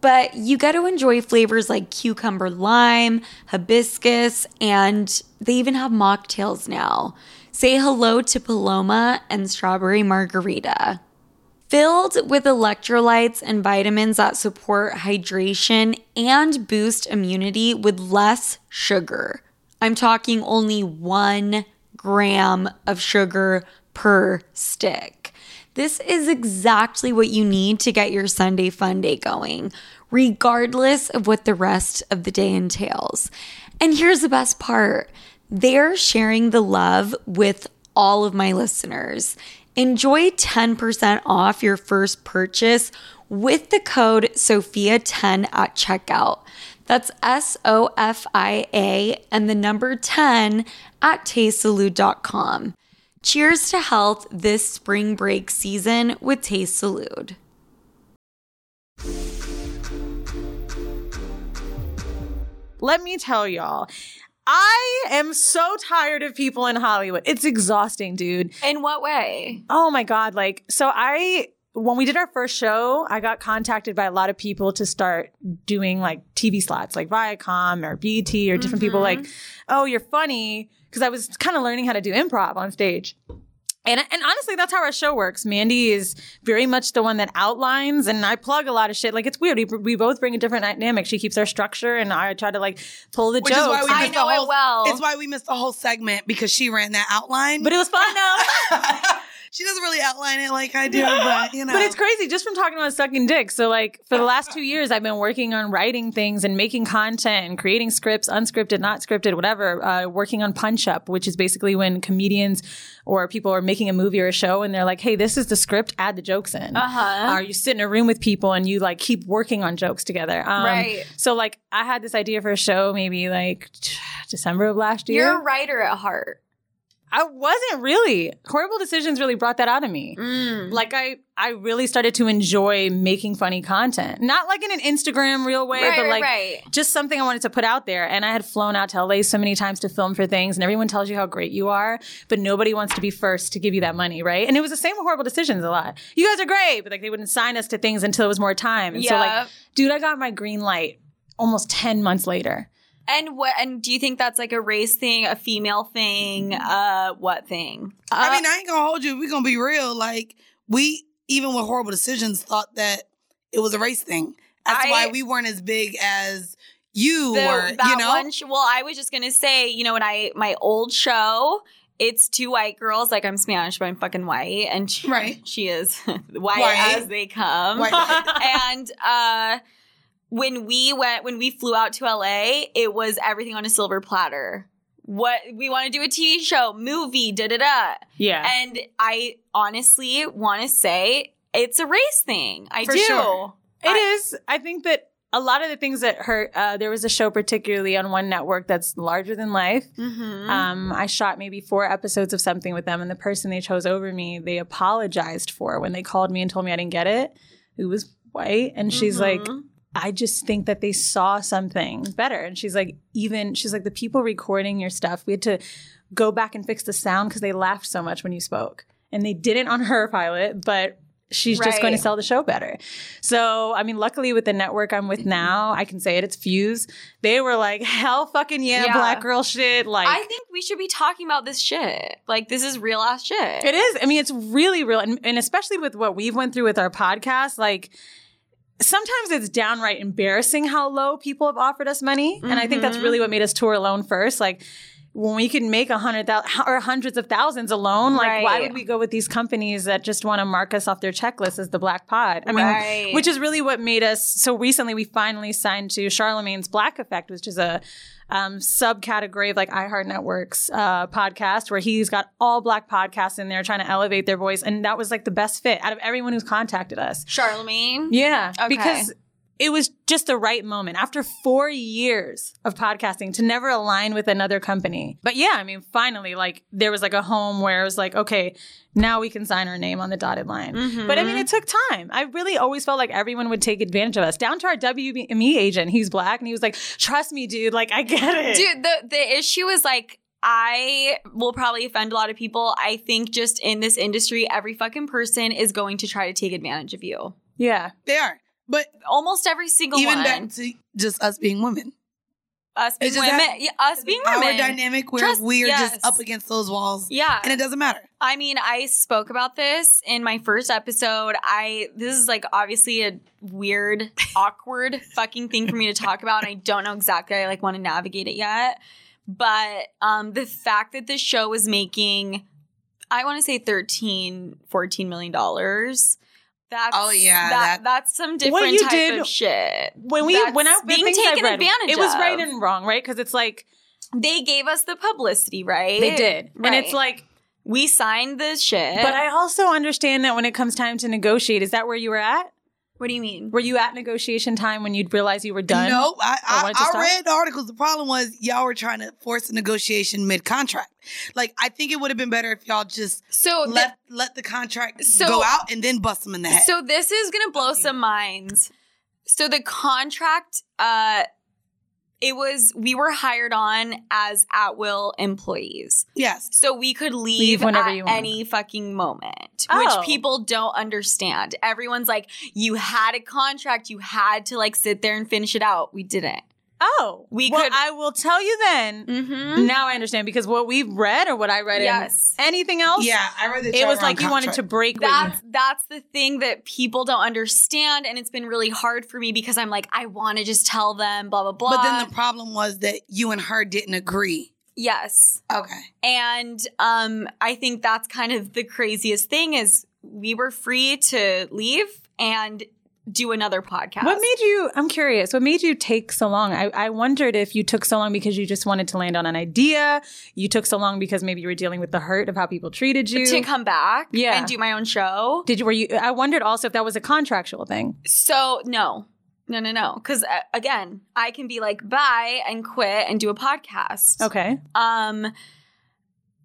A: but you got to enjoy flavors like cucumber lime, hibiscus, and they even have mocktails now. Say hello to Paloma and strawberry margarita. Filled with electrolytes and vitamins that support hydration and boost immunity with less sugar. I'm talking only one gram of sugar per stick. This is exactly what you need to get your Sunday fun day going, regardless of what the rest of the day entails. And here's the best part they're sharing the love with all of my listeners. Enjoy 10% off your first purchase with the code SOFIA10 at checkout. That's S O F I A and the number 10 at tastesalud.com. Cheers to health this spring break season with Taste Salud.
C: Let me tell y'all, I am so tired of people in Hollywood. It's exhausting, dude.
E: In what way?
C: Oh my God. Like, so I, when we did our first show, I got contacted by a lot of people to start doing like TV slots, like Viacom or BT or different people like, oh, you're funny. Cause I was kind of learning how to do improv on stage. And, and honestly, that's how our show works. Mandy is very much the one that outlines and I plug a lot of shit. Like it's weird. We, we both bring a different dynamic. She keeps our structure and I try to like pull the
B: Which is why
C: jokes.
B: we
E: I
B: missed
E: know
B: the
E: it
B: whole,
E: well.
B: It's why we missed the whole segment because she ran that outline.
C: but it was fun though.
B: she doesn't really outline it like I do, but you know.
C: But it's crazy just from talking about sucking dick. So like for the last two years, I've been working on writing things and making content and creating scripts, unscripted, not scripted, whatever. Uh, working on punch up, which is basically when comedians or people are making a movie or a show and they're like, "Hey, this is the script. Add the jokes in."
E: Uh-huh.
C: Or you sit in a room with people and you like keep working on jokes together. Um,
E: Right.
C: So like I had this idea for a show maybe like December of last year.
E: You're a writer at heart.
C: I wasn't really. Horrible decisions really brought that out of me. Like I, I really started to enjoy making funny content, not like in an Instagram real way,
E: Right,
C: but
E: right,
C: like
E: right.
C: just something I wanted to put out there. And I had flown out to LA so many times to film for things, and everyone tells you how great you are, but nobody wants to be first to give you that money, right? And it was the same with horrible decisions a lot. You guys are great, but like they wouldn't sign us to things until it was more time. And so
E: Yeah.
C: like, dude, I got my green light almost ten months later.
E: And what? And do you think that's like a race thing, a female thing, uh, what thing?
B: Mm-hmm.
A: Uh,
E: Uh,
B: I mean, I ain't gonna hold you. We're gonna be real. Like we, even with horrible decisions, thought that it was a race thing. That's
E: I-
B: why we weren't as big as you
E: The-
B: were.
E: that
B: You know,
E: one sh- well, I was just gonna say, you know, when I my old show, it's two white girls. Like I'm Spanish, but I'm fucking white, and she,
B: Right.
E: she is white,
B: White.
E: as they come.
B: White.
E: and uh, when we went, when we flew out to LA, it was everything on a silver platter. What we want to do a TV show, movie, da da da.
C: Yeah.
E: And I honestly want to say it's a race thing. I
B: For
E: do.
B: sure.
C: It is. I think that a lot of the things that hurt. Uh, there was a show particularly on one network that's larger than life.
E: Mm-hmm.
C: Um, I shot maybe four episodes of something with them, and the person they chose over me, they apologized for when they called me and told me I didn't get it. Who was white, and she's
A: Mm-hmm.
C: like, I just think that they saw something better. And she's like, even she's like, the people recording your stuff, we had to go back and fix the sound because they laughed so much when you spoke. And they didn't on her pilot, but She's just going to
A: Right.
C: sell the show better. So, I mean, luckily with the network I'm with now, I can say it, it's Fuse. They were like, hell fucking yeah,
A: Yeah.
C: black girl shit. Like,
A: I think we should be talking about this shit. Like this is real ass shit.
C: It is. I mean, it's really real, and, and especially with what we've went through with our podcast, like. Sometimes it's downright embarrassing how low people have offered us money, and I think that's
A: Mhm.
C: really what made us tour alone first. Like when we can make a hundred thousand or hundreds of thousands alone, like why
A: Right.
C: would we go with these companies that just want to mark us off their checklist as the black pod? I mean,
A: Right.
C: which is really what made us so recently we finally signed to charlemagne's black effect which is a um, subcategory of like iheart networks uh, podcast where he's got all black podcasts in there trying to elevate their voice and that was like the best fit out of everyone who's contacted us
A: Charlemagne.
C: yeah
A: Okay.
C: because it was just the right moment after four years of podcasting to never align with another company but yeah i mean finally like there was like a home where it was like okay now we can sign our name on the dotted line
A: Mm-hmm.
C: but I mean, it took time. I really always felt like everyone would take advantage of us, down to our WME agent. He's black, and he was like, "Trust me, dude. Like, I get it."
A: Dude, the the issue is like I will probably offend a lot of people. I think just in this industry, every fucking person is going to try to take advantage of you.
C: Yeah,
B: They are. But
A: Almost every single
B: even
A: one.
B: back to just us being women.
A: us being
B: just
A: women.
B: that-
A: yeah, us being
B: Our
A: women.
B: dynamic where
A: Trust-
B: we're
A: yes.
B: just up against those walls.
A: yeah.
B: And it doesn't matter.
A: I mean, I spoke about this in my first episode. I this is like obviously a weird, awkward fucking thing for me to talk about. And I don't know exactly I like want to navigate it yet. But um the fact that this show was making I want to say 13, 14 million dollars. That's
B: Oh, yeah,
A: that,
B: that-
A: that's some different
C: you
A: type
C: did-
A: of shit.
C: when we
A: That's
C: when I the
A: being
C: things I
A: taken
C: read,
A: advantage
C: it was
A: of.
C: right and wrong, right? Because it's like
A: They gave us the publicity, right?
C: they did,
A: Right.
C: and it's like.
A: we signed this shit.
C: But I also understand that when it comes time to negotiate, is that where you were at?
A: what do you mean?
C: Were you at negotiation time when you'd realize you were done?
B: No, I,
C: Or
B: I,
C: wanted to
B: I
C: stop?
B: read the articles. The problem was y'all were trying to force a negotiation mid contract. Like, I think it would have been better if y'all just
A: So the-
B: let let the contract
A: So-
B: go out and then bust them in the head.
A: So this is gonna blow some minds. So the contract, uh, it was we were hired on as at will employees,
B: yes,
A: so we could leave,
C: Leave whenever
A: at
C: you want.
A: any fucking moment,
C: Oh.
A: which people don't understand. Everyone's like, "You had a contract, you had to like sit there and finish it out." We didn't.
C: Oh,
A: We
C: well,
A: could-
C: I will tell you then.
A: Mm-hmm.
C: Now I understand because what we read or what I read, in
A: Yes.
C: anything else,
B: yeah, I read that.
C: it
B: y'all
C: was
B: were
C: like
B: on
C: you wanted to
B: contract.
C: break. what you-
A: That's that's the thing that people don't understand, and it's been really hard for me because I'm like, I want to just tell them, blah blah blah.
B: But then the problem was that you and her didn't agree.
A: yes,
B: Okay,
A: And um, I think that's kind of the craziest thing is we were free to leave and do another podcast.
C: What made you? I'm curious. What made you take so long? I, I wondered if you took so long because you just wanted to land on an idea. You took so long because maybe you were dealing with the hurt of how people treated you.
A: to come back
C: Yeah.
A: and do my own show?
C: Did you? Were you? I wondered also if that was a contractual thing.
A: So no, no, no, no. Because uh, again, I can be like bye and quit and do a podcast.
C: Okay.
A: Um,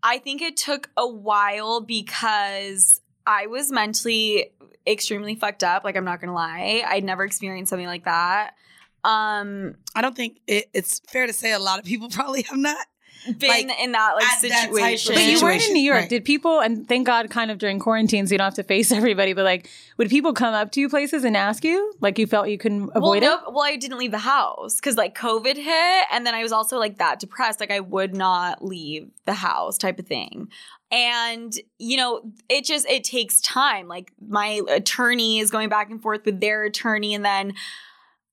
A: I think it took a while because I was mentally extremely fucked up. Like I'm not gonna lie, I'd never experienced something like that. Um,
B: I don't think it, it's fair to say a lot of people probably have not.
A: been
B: Like,
A: in that like
B: at that type of
A: situation.
C: But you weren't in
B: Situation,
C: New York.
B: right.
C: Did people? And thank God, kind of during quarantine, so you don't have to face everybody. But like, would people come up to you places and ask you? Like you felt you couldn't
A: well,
C: avoid
A: no, well, I didn't leave the house because like COVID hit, and then I was also like that depressed. Like I would not leave the house, type of thing. And you know, it just it takes time. Like my attorney is going back and forth with their attorney, and then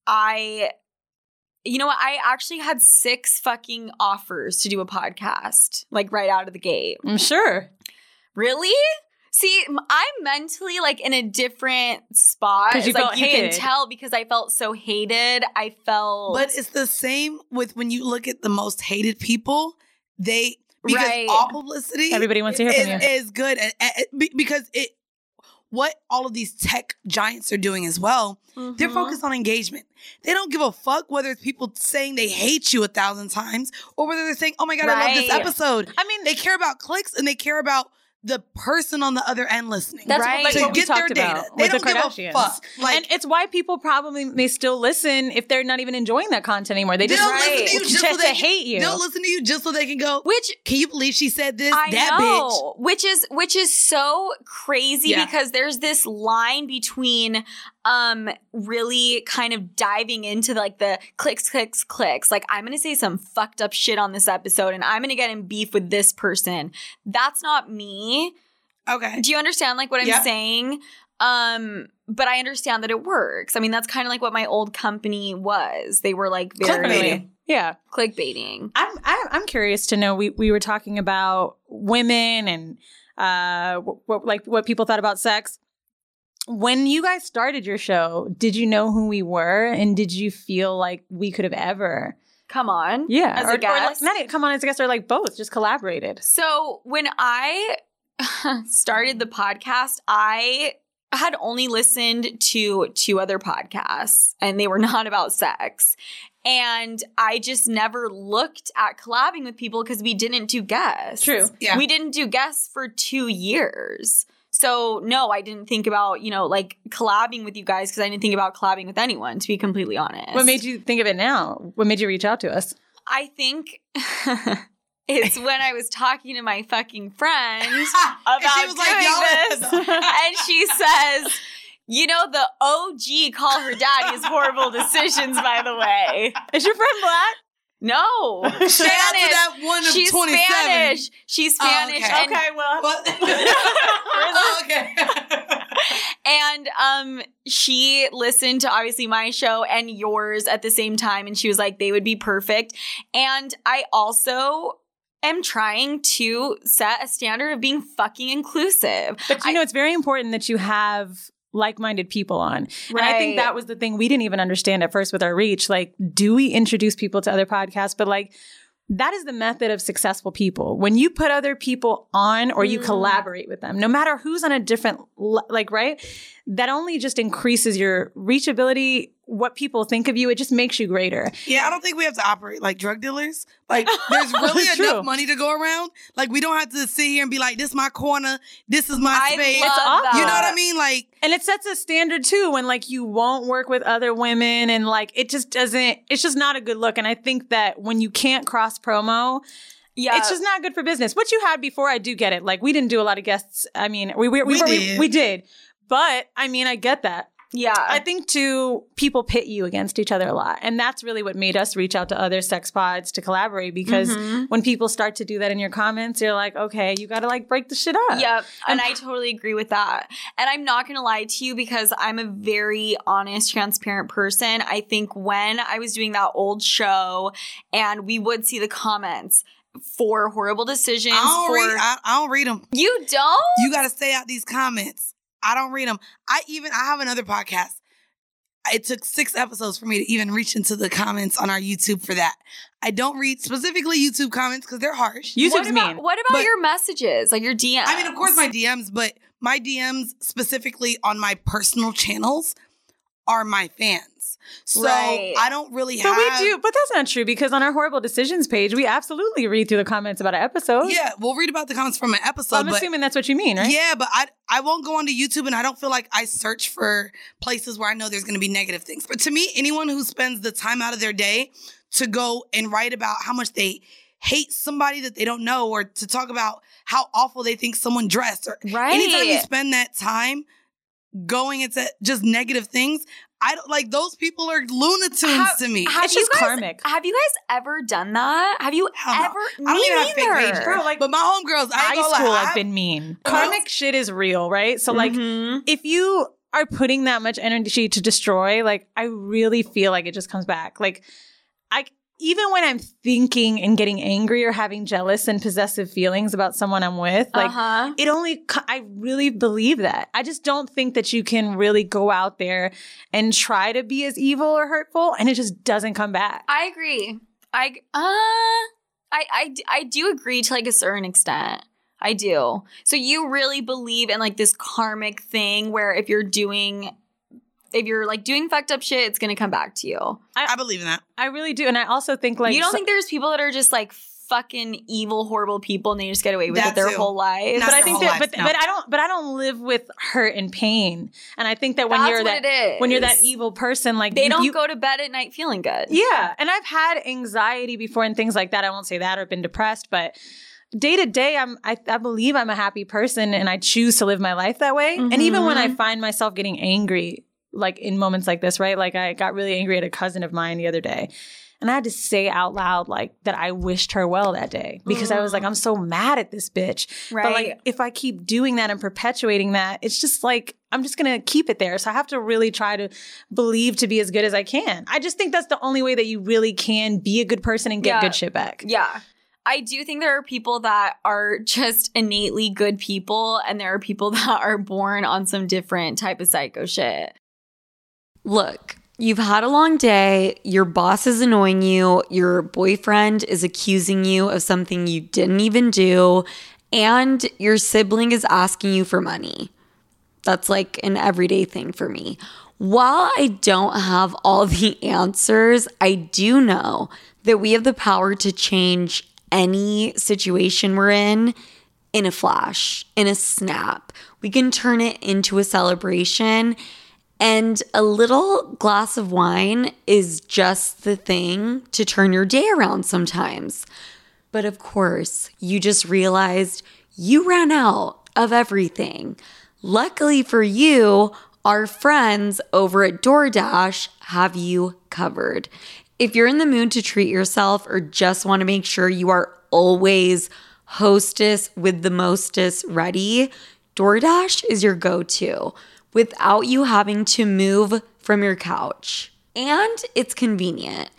A: I, you know, what? I actually had six fucking offers to do a podcast, like right out of the gate.
C: it? I'm sure.
A: Really? See, m- I'm mentally like in a different spot.
C: 'Cause you
A: like
C: felt
A: you
C: hated.
A: can tell because I felt so hated. I felt
B: But it's the same with when you look at the most hated people. They because
A: Right.
B: all publicity
C: Everybody wants to hear from
B: is, is good and- and- and be- because it what all of these tech giants are doing as well. They're
C: Mm-hmm.
A: Mhm.
B: focused on engagement. They don't give a fuck whether it's people saying they hate you a thousand times or whether they're saying, "Oh my god, I love this
A: Right.
B: episode."
C: I mean,
B: They care about clicks and they care about the person on the other end listening.
D: That's
C: right.
D: what-
C: like
B: to
C: what we
B: get their
C: talked
B: data.
C: about
B: They
C: with the
B: don't give a
C: Kardashians.
B: fuck. Like-
C: and it's why people probably may still listen if they're not even enjoying that content anymore. They
B: They
C: just
B: don't
A: Right.
B: listen to you just so
C: just
B: they
C: to hate you.
B: They'll listen to you just so they can go.
A: Which
B: Can you believe she said this?
A: I
B: that bitch.
A: know, which is which is so crazy
B: Yeah.
A: because there's this line between um really kind of diving into like the clicks, clicks, clicks. Like I'm gonna say some fucked up shit on this episode, and I'm gonna get in beef with this person. That's not me.
B: Okay.
A: Do you understand like what I'm
B: Yeah.
A: saying? Um, but I understand that it works. I mean, that's kind of like what my old company was. They were like very
C: Definitely. Yeah.
A: clickbaiting.
C: I'm I'm, I'm curious to know. We we were talking about women and uh, what, what, like what people thought about sex. When you guys started your show, did you know who we were, and did you feel like we could have ever,
A: Come on.
C: yeah,
A: As a
C: or, or, like,
A: guest?
C: not even- come on as a guest, or like both, just collaborated?
A: So when I started the podcast, I had only listened to two other podcasts and they were not about sex. And I just never looked at collabing with people because we didn't do guests.
C: True.
B: Yeah.
A: We didn't do guests for two years. So no, I didn't think about, you know, like collabing with you guys because I didn't think about collabing with anyone, to be completely honest.
C: What made you think of it now? What made you reach out to us?
A: I think it's when I was talking to my fucking friend
B: And
A: about
B: she was like,
A: doing
B: y'all.
A: this. and she says, "You know the OG call her daddy is horrible decisions." By the way,
C: Is your friend black?
A: no,
B: Shout out to
A: Spanish.
B: that one of
A: She's
B: 27.
A: Spanish. She's
B: Oh,
A: Spanish.
B: okay.
A: And,
C: well,
B: But- oh, okay.
A: and um, she listened to obviously my show and yours at the same time, and she was like, "They would be perfect." And I also am trying to set a standard of being fucking inclusive.
C: but you
A: I-
C: know, it's very important that you have like-minded people on. And I think that was the thing we didn't even understand at first with our reach. Like, do we introduce people to other podcasts? But like, that is the method of successful people. When you put other people on or you
A: Mm.
C: collaborate with them, no matter who's on a different, le- like, right? That only just increases your reachability, what people think of you. It just makes you greater.
B: yeah, I don't think we have to operate like drug dealers. Like, there's really
C: True.
B: enough money to go around. Like, we don't have to sit here and be like, this my corner. This is my
A: I
B: space.
A: love
C: awful.
A: that.
B: you know what I mean? Like,
C: And it sets a standard too when like you won't work with other women and like it just doesn't, it's just not a good look. And I think that when you can't cross promo,
A: Yeah,
C: It's just not good for business. What you had before, I do get it. Like we didn't do a lot of guests. I mean, we we we,
B: We
C: we, we,
B: did.
C: did, but I mean, I get that.
A: yeah.
C: I think too, people pit you against each other a lot, and that's really what made us reach out to other sex pods to collaborate because.
A: Mhm.
C: When people start to do that in your comments, you're like, okay, you gotta like break the shit up.
A: Yep. And
C: And-
A: I totally agree with that. And I'm not going to lie to you because I'm a very honest, transparent person. I think when I was doing that old show and we would see the comments for horrible decisions,
B: I don't,
A: for
B: read, Oh, I, I don't read them.
A: you don't?
B: You got to stay out these comments. I don't read them. I even I have another podcast. It took six episodes for me to even reach into the comments on our YouTube for that. I don't read specifically YouTube comments because they're harsh.
A: what
C: YouTube's
A: about,
C: mean.
A: what about
B: But-
A: your messages, like your DMs?
B: I mean, of course, my DMs, but my DMs specifically on my personal channels are my fans. So
A: Right.
B: I don't really
C: So we
B: have.
C: do, but that's not true because on our horrible decisions page, we absolutely read through the comments about an episode.
B: Yeah, we'll read about the comments from an episode.
C: I'm
B: but
C: assuming that's what you mean, right?
B: Yeah, but I I won't go onto YouTube and I don't feel like I search for places where I know there's going to be negative things. But to me, anyone who spends the time out of their day to go and write about how much they hate somebody that they don't know or to talk about how awful they think someone dressed or
A: right.
B: anytime you spend that time going into just negative things, I don't like those people are lunatics
A: How-
B: to me.
A: have
C: It's
A: you
C: just
A: guys-
C: karmic.
A: Have you guys ever done that? Have you
B: Hell Oh, no.
A: ever?
B: I don't
A: me
B: even have fake
A: neither.
B: pages.
C: Bro, like-
B: but my homegirls, I ain't
C: high
B: gonna lie, Mm-hmm.
C: school,
B: I-
C: I've been mean.
B: Girls-
C: Karmic shit is real, right? So, like,
A: Mhm.
C: if you are putting that much energy to destroy, like, I really feel like it just comes back. Like, I even when I'm thinking and getting angry or having jealous and possessive feelings about someone I'm with, like.
A: uh-huh.
C: It only, co- I really believe that. I just don't think that you can really go out there and try to be as evil or hurtful, and it just doesn't come back.
A: I agree. I uh I I d- I do agree to like a certain extent. I do. So you really believe in like this karmic thing where if you're doing if you're like doing fucked up shit, it's gonna come back to you.
B: I believe in that.
C: I really do. And I also think, like,
A: you don't
C: so-
A: think there's people that are just like
F: fucking evil, horrible people, and they just get away with
B: That
F: it their
B: too.
F: whole life.
B: Not
C: but
B: That's
C: I
B: the
C: think
B: whole
C: that,
B: life,
C: but,
B: no.
C: but I don't, but I don't live with hurt and pain. And I think that when
F: That's
C: you're
F: what
C: that,
F: it is.
C: when you're that evil person, like
F: they
C: you-
F: don't
C: you-
F: go to bed at night feeling good.
C: Yeah, and I've had anxiety before and things like that. I won't say that or been depressed, but day to day, I'm I, I believe I'm a happy person and I choose to live my life that way. And even when I find myself getting angry, like in moments like this, right? Like I got really angry at a cousin of mine the other day. And I had to say out loud like that I wished her well that day because I was like I'm so mad at this bitch. But like
F: Right.
C: if I keep doing that and perpetuating that, it's just like I'm just gonna keep it there. So I have to really try to believe to be as good as I can. I just think that's the only way that you really can be a good person and get
F: Yeah.
C: good shit back.
F: Yeah. I do think there are people that are just innately good people, and there are people that are born on some different type of psycho shit.
A: Look, you've had a long day, your boss is annoying you, your boyfriend is accusing you of something you didn't even do, and your sibling is asking you for money. That's like an everyday thing for me. While I don't have all the answers, I do know that we have the power to change any situation we're in in a flash, in a snap. We can turn it into a celebration. And a little glass of wine is just the thing to turn your day around sometimes. But of course, you just realized you ran out of everything. Luckily for you, our friends over at DoorDash have you covered. If you're in the mood to treat yourself or just want to make sure you are always hostess with the mostest ready, DoorDash is your go to without you having to move from your couch. And it's convenient.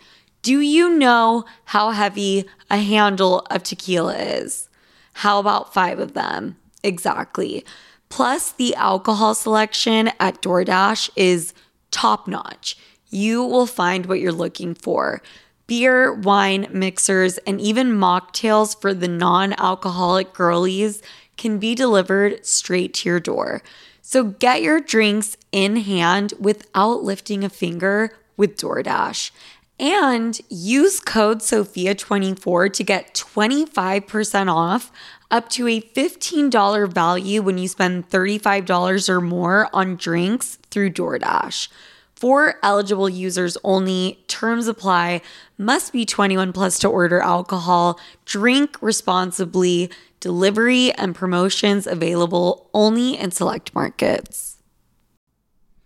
A: Do you know how heavy a handle of tequila is? How about five of them? Exactly. Plus, the alcohol selection at DoorDash is top notch. You will find what you're looking for beer, wine, mixers, and even mocktails for the non alcoholic girlies can be delivered straight to your door. So get your drinks in hand without lifting a finger with DoorDash. And use code SOFIA24 to get 25% off up to a $15 value when you spend $35 or more on drinks through DoorDash. For eligible users only, terms apply. Must be 21 plus to order alcohol. Drink responsibly. Delivery and promotions available only in select markets.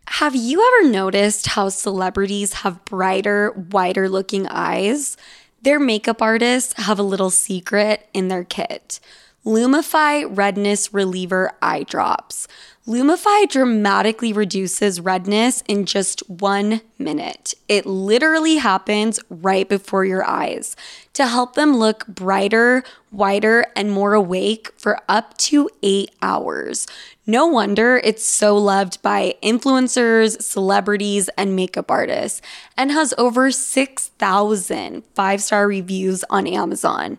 A: Have you ever noticed how celebrities have brighter, wider looking eyes? Their makeup artists have a little secret in their kit Lumify Redness Reliever Eye Drops. Lumify dramatically reduces redness in just one minute. It literally happens right before your eyes to help them look brighter, wider, and more awake for up to eight hours. No wonder it's so loved by influencers, celebrities, and makeup artists, and has over 6,000 five star reviews on Amazon.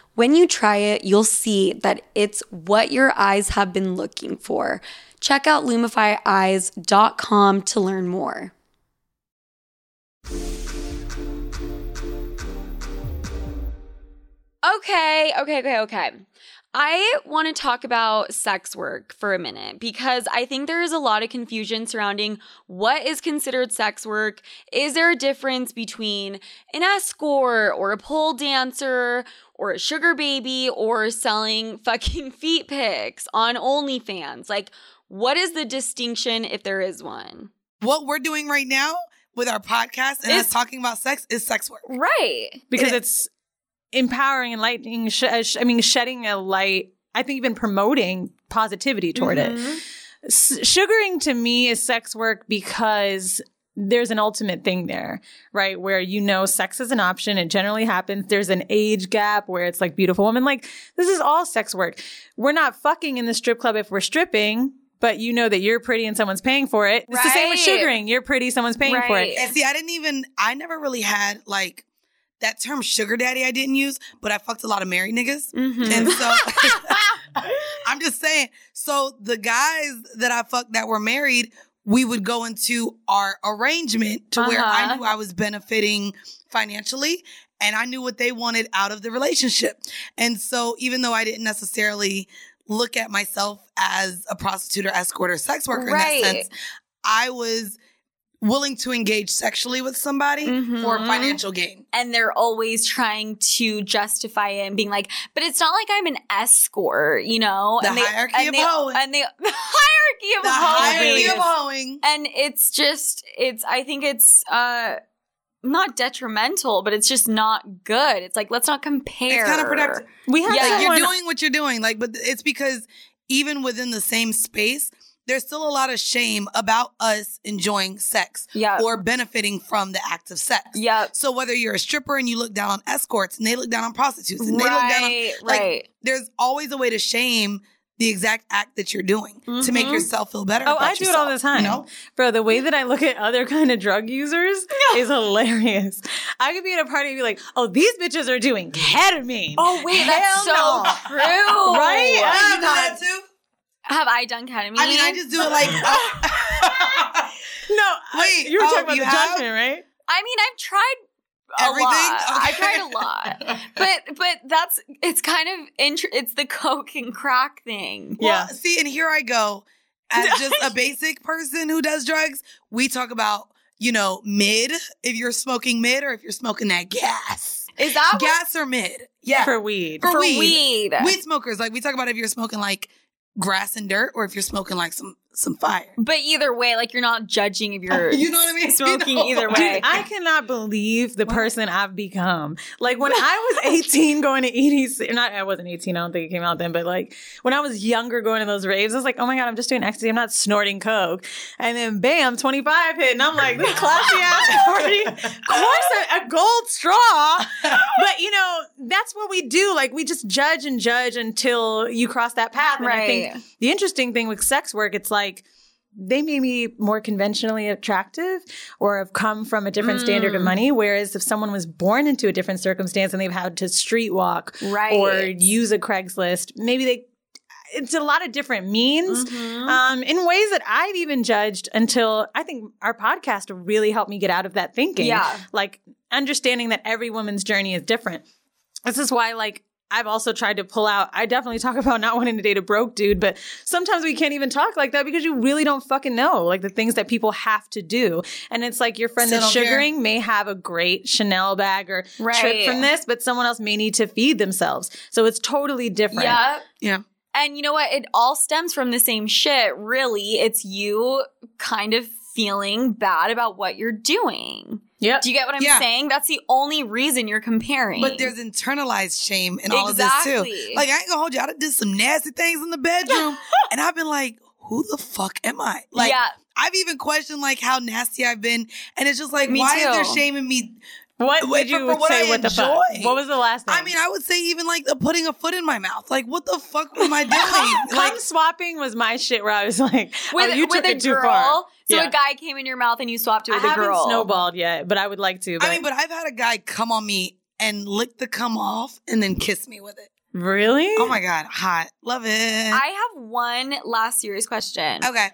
A: When you try it, you'll see that it's what your eyes have been looking for. Check out lumifyeyes.com to learn more.
F: Okay, okay, okay, okay. I want to talk about sex work for a minute because I think there is a lot of confusion surrounding what is considered sex work. Is there a difference between an escort or a pole dancer or a sugar baby or selling fucking feet pics on OnlyFans? Like, what is the distinction if there is one?
B: What we're doing right now with our podcast and
F: It's-
B: us talking about sex is sex work.
F: Right.
C: Because
B: It-
C: it's empowering, enlightening, sh- uh, sh- I mean, shedding a light, I think even promoting
F: Mm-hmm.
C: positivity toward it. S- sugaring to me is sex work because there's an ultimate thing there, right? Where you know sex is an option. It generally happens. There's an age gap where it's like beautiful woman. Like this is all sex work. We're not fucking in the strip club if we're stripping, but you know that you're pretty and someone's paying for it. It's the same with
A: Right.
C: sugaring. You're pretty, someone's paying for
A: Right.
C: it.
B: And see, I didn't even, I never really had like that term sugar daddy I didn't use, but I fucked a lot of married niggas. And
F: Mm-hmm.
B: so I'm just saying. So the guys that I fucked that were married, we would go into our arrangement to where I
A: Uh-huh.
B: knew I was benefiting financially and I knew what they wanted out of the relationship. And so even though I didn't necessarily look at myself as a prostitute or escort or sex worker in
A: Right.
B: that sense, I was willing to engage sexually with somebody for
A: Mhm.
B: financial gain.
A: and they're always trying to justify it and being like, but it's not like I'm an escort, you know?
B: The
A: and
B: hierarchy
A: and
B: of
A: they,
B: hoeing.
A: And they, the hierarchy of
B: The
A: hoeing.
B: hierarchy
C: really
B: of
C: is.
B: hoeing.
A: And it's just, it's, I think it's, uh, not detrimental, but it's just not good. It's like, let's not compare.
B: It's kind of productive.
C: We have
A: Yeah,
B: Like, you're
C: someone-
B: doing what you're doing. Like, but it's because even within the same space, there's still a lot of shame about us enjoying sex
A: Yeah.
B: or benefiting from the act of sex.
A: Yep.
B: So whether you're a stripper and you look down on escorts and they look down on prostitutes and they look down on
A: Right,
B: like,
A: right.
B: there's always a way to shame the exact act that you're doing to make
A: Mhm.
B: yourself feel better.
C: Oh,
B: about
C: I do it all the
B: yourself,
C: time.
B: You know?
C: Bro, the way that I look at other kind of drug users is hilarious. I could be at a party and be like, oh, these bitches are doing ketamine.
A: Oh, wait, that's so
C: Hell no.
A: true.
C: Right?
B: Do
C: Oh,
B: you do that too?
A: Have I done ketamine?
B: I mean, I just do it like. oh.
C: No,
B: Wait,
C: you were
B: oh,
C: talking about
B: you
C: the
B: have?
C: judgment, right?
A: I mean, I've tried a
B: Everything?
A: lot. I've
B: Okay.
A: tried a lot, but but that's it's kind of int- it's the coke and crack thing.
B: Well, see, and here I go as just a basic person who does drugs. We talk about you know mid if you're smoking mid or if you're smoking that gas,
A: Is that what-
B: gas or mid. Yeah,
C: For weed.
B: for
A: for
B: weed.
A: weed?
B: weed smokers like we talk about if you're smoking like grass and dirt or if you're smoking like some some fire.
A: but either way, like you're not judging if you're
B: You know what I mean?
A: Smoking
B: You know?
A: either
C: Dude,
A: way.
C: I cannot believe the person I've become. Like when I was 18 going to EDC, not I wasn't 18, I don't think it came out then, but like when I was younger going to those raves, I was like, oh my God, I'm just doing ecstasy, I'm not snorting coke. And then bam, 25 hit, and I'm like, this classy ass party. Of course, a, a gold straw. But you know, that's what we do. Like we just judge and judge until you cross that path. And I think
A: Right.
C: the interesting thing with sex work, it's like, they may be more conventionally attractive or have come from a different standard
A: Mm.
C: of money. Whereas if someone was born into a different circumstance and they've had to street walk
A: right
C: or use a Craigslist, maybe they, it's a lot of different means.
A: Mhm.
B: Uh,
C: Um, in ways that I've even judged until I think our podcast really helped me get out of that thinking.
A: Yeah.
C: Like understanding that every woman's journey is different. This is why, like, I've also tried to pull out. I definitely talk about not wanting to date a broke dude, but sometimes we can't even talk like that because you really don't fucking know, like the things that people have to do. And it's like your friend
B: Still
C: that's
B: don't care.
C: sugaring may have a great Chanel bag or trip
A: Right.
C: from this, but someone else may need to feed themselves. So it's totally different.
A: yeah.
B: Yeah.
A: And you know what? It all stems from the same shit. Really, it's you kind of feeling bad about what you're doing.
C: Yep.
A: Do you get what I'm
B: Yeah.
A: saying? That's the only reason you're comparing.
B: But there's internalized shame in all of this too.
A: Exactly.
B: Like I ain't gonna hold you. I done did some nasty things in the bedroom, and I've been like, "Who the fuck am I?" Like
A: yeah,
B: I've even questioned like how nasty I've been, and it's just like,
A: Me
B: why is there
A: too.
B: shame in me?
C: What
B: Wait,
C: did
B: for-
C: you
B: for what
C: say?
B: I
C: What the fuck?
B: enjoy.
C: What was the last thing?
B: I mean, I would say even like the putting a foot in my mouth. Like, what the fuck am I
C: cum
B: doing? like,
C: swapping was my shit. Where I was like,
A: with,
C: oh, you
A: with
C: took
A: a
C: it too
A: girl.
C: far.
A: So
C: Yeah.
A: a guy came in your mouth and you swapped it
C: I
A: with a
C: haven't
A: girl.
C: snowballed yet, but I would like to. But
B: I mean, but I've had a guy come on me and lick the cum off and then kiss me with it.
C: really,
B: Oh my god, hot, love it.
A: I have one last serious question.
C: Oh.
B: okay,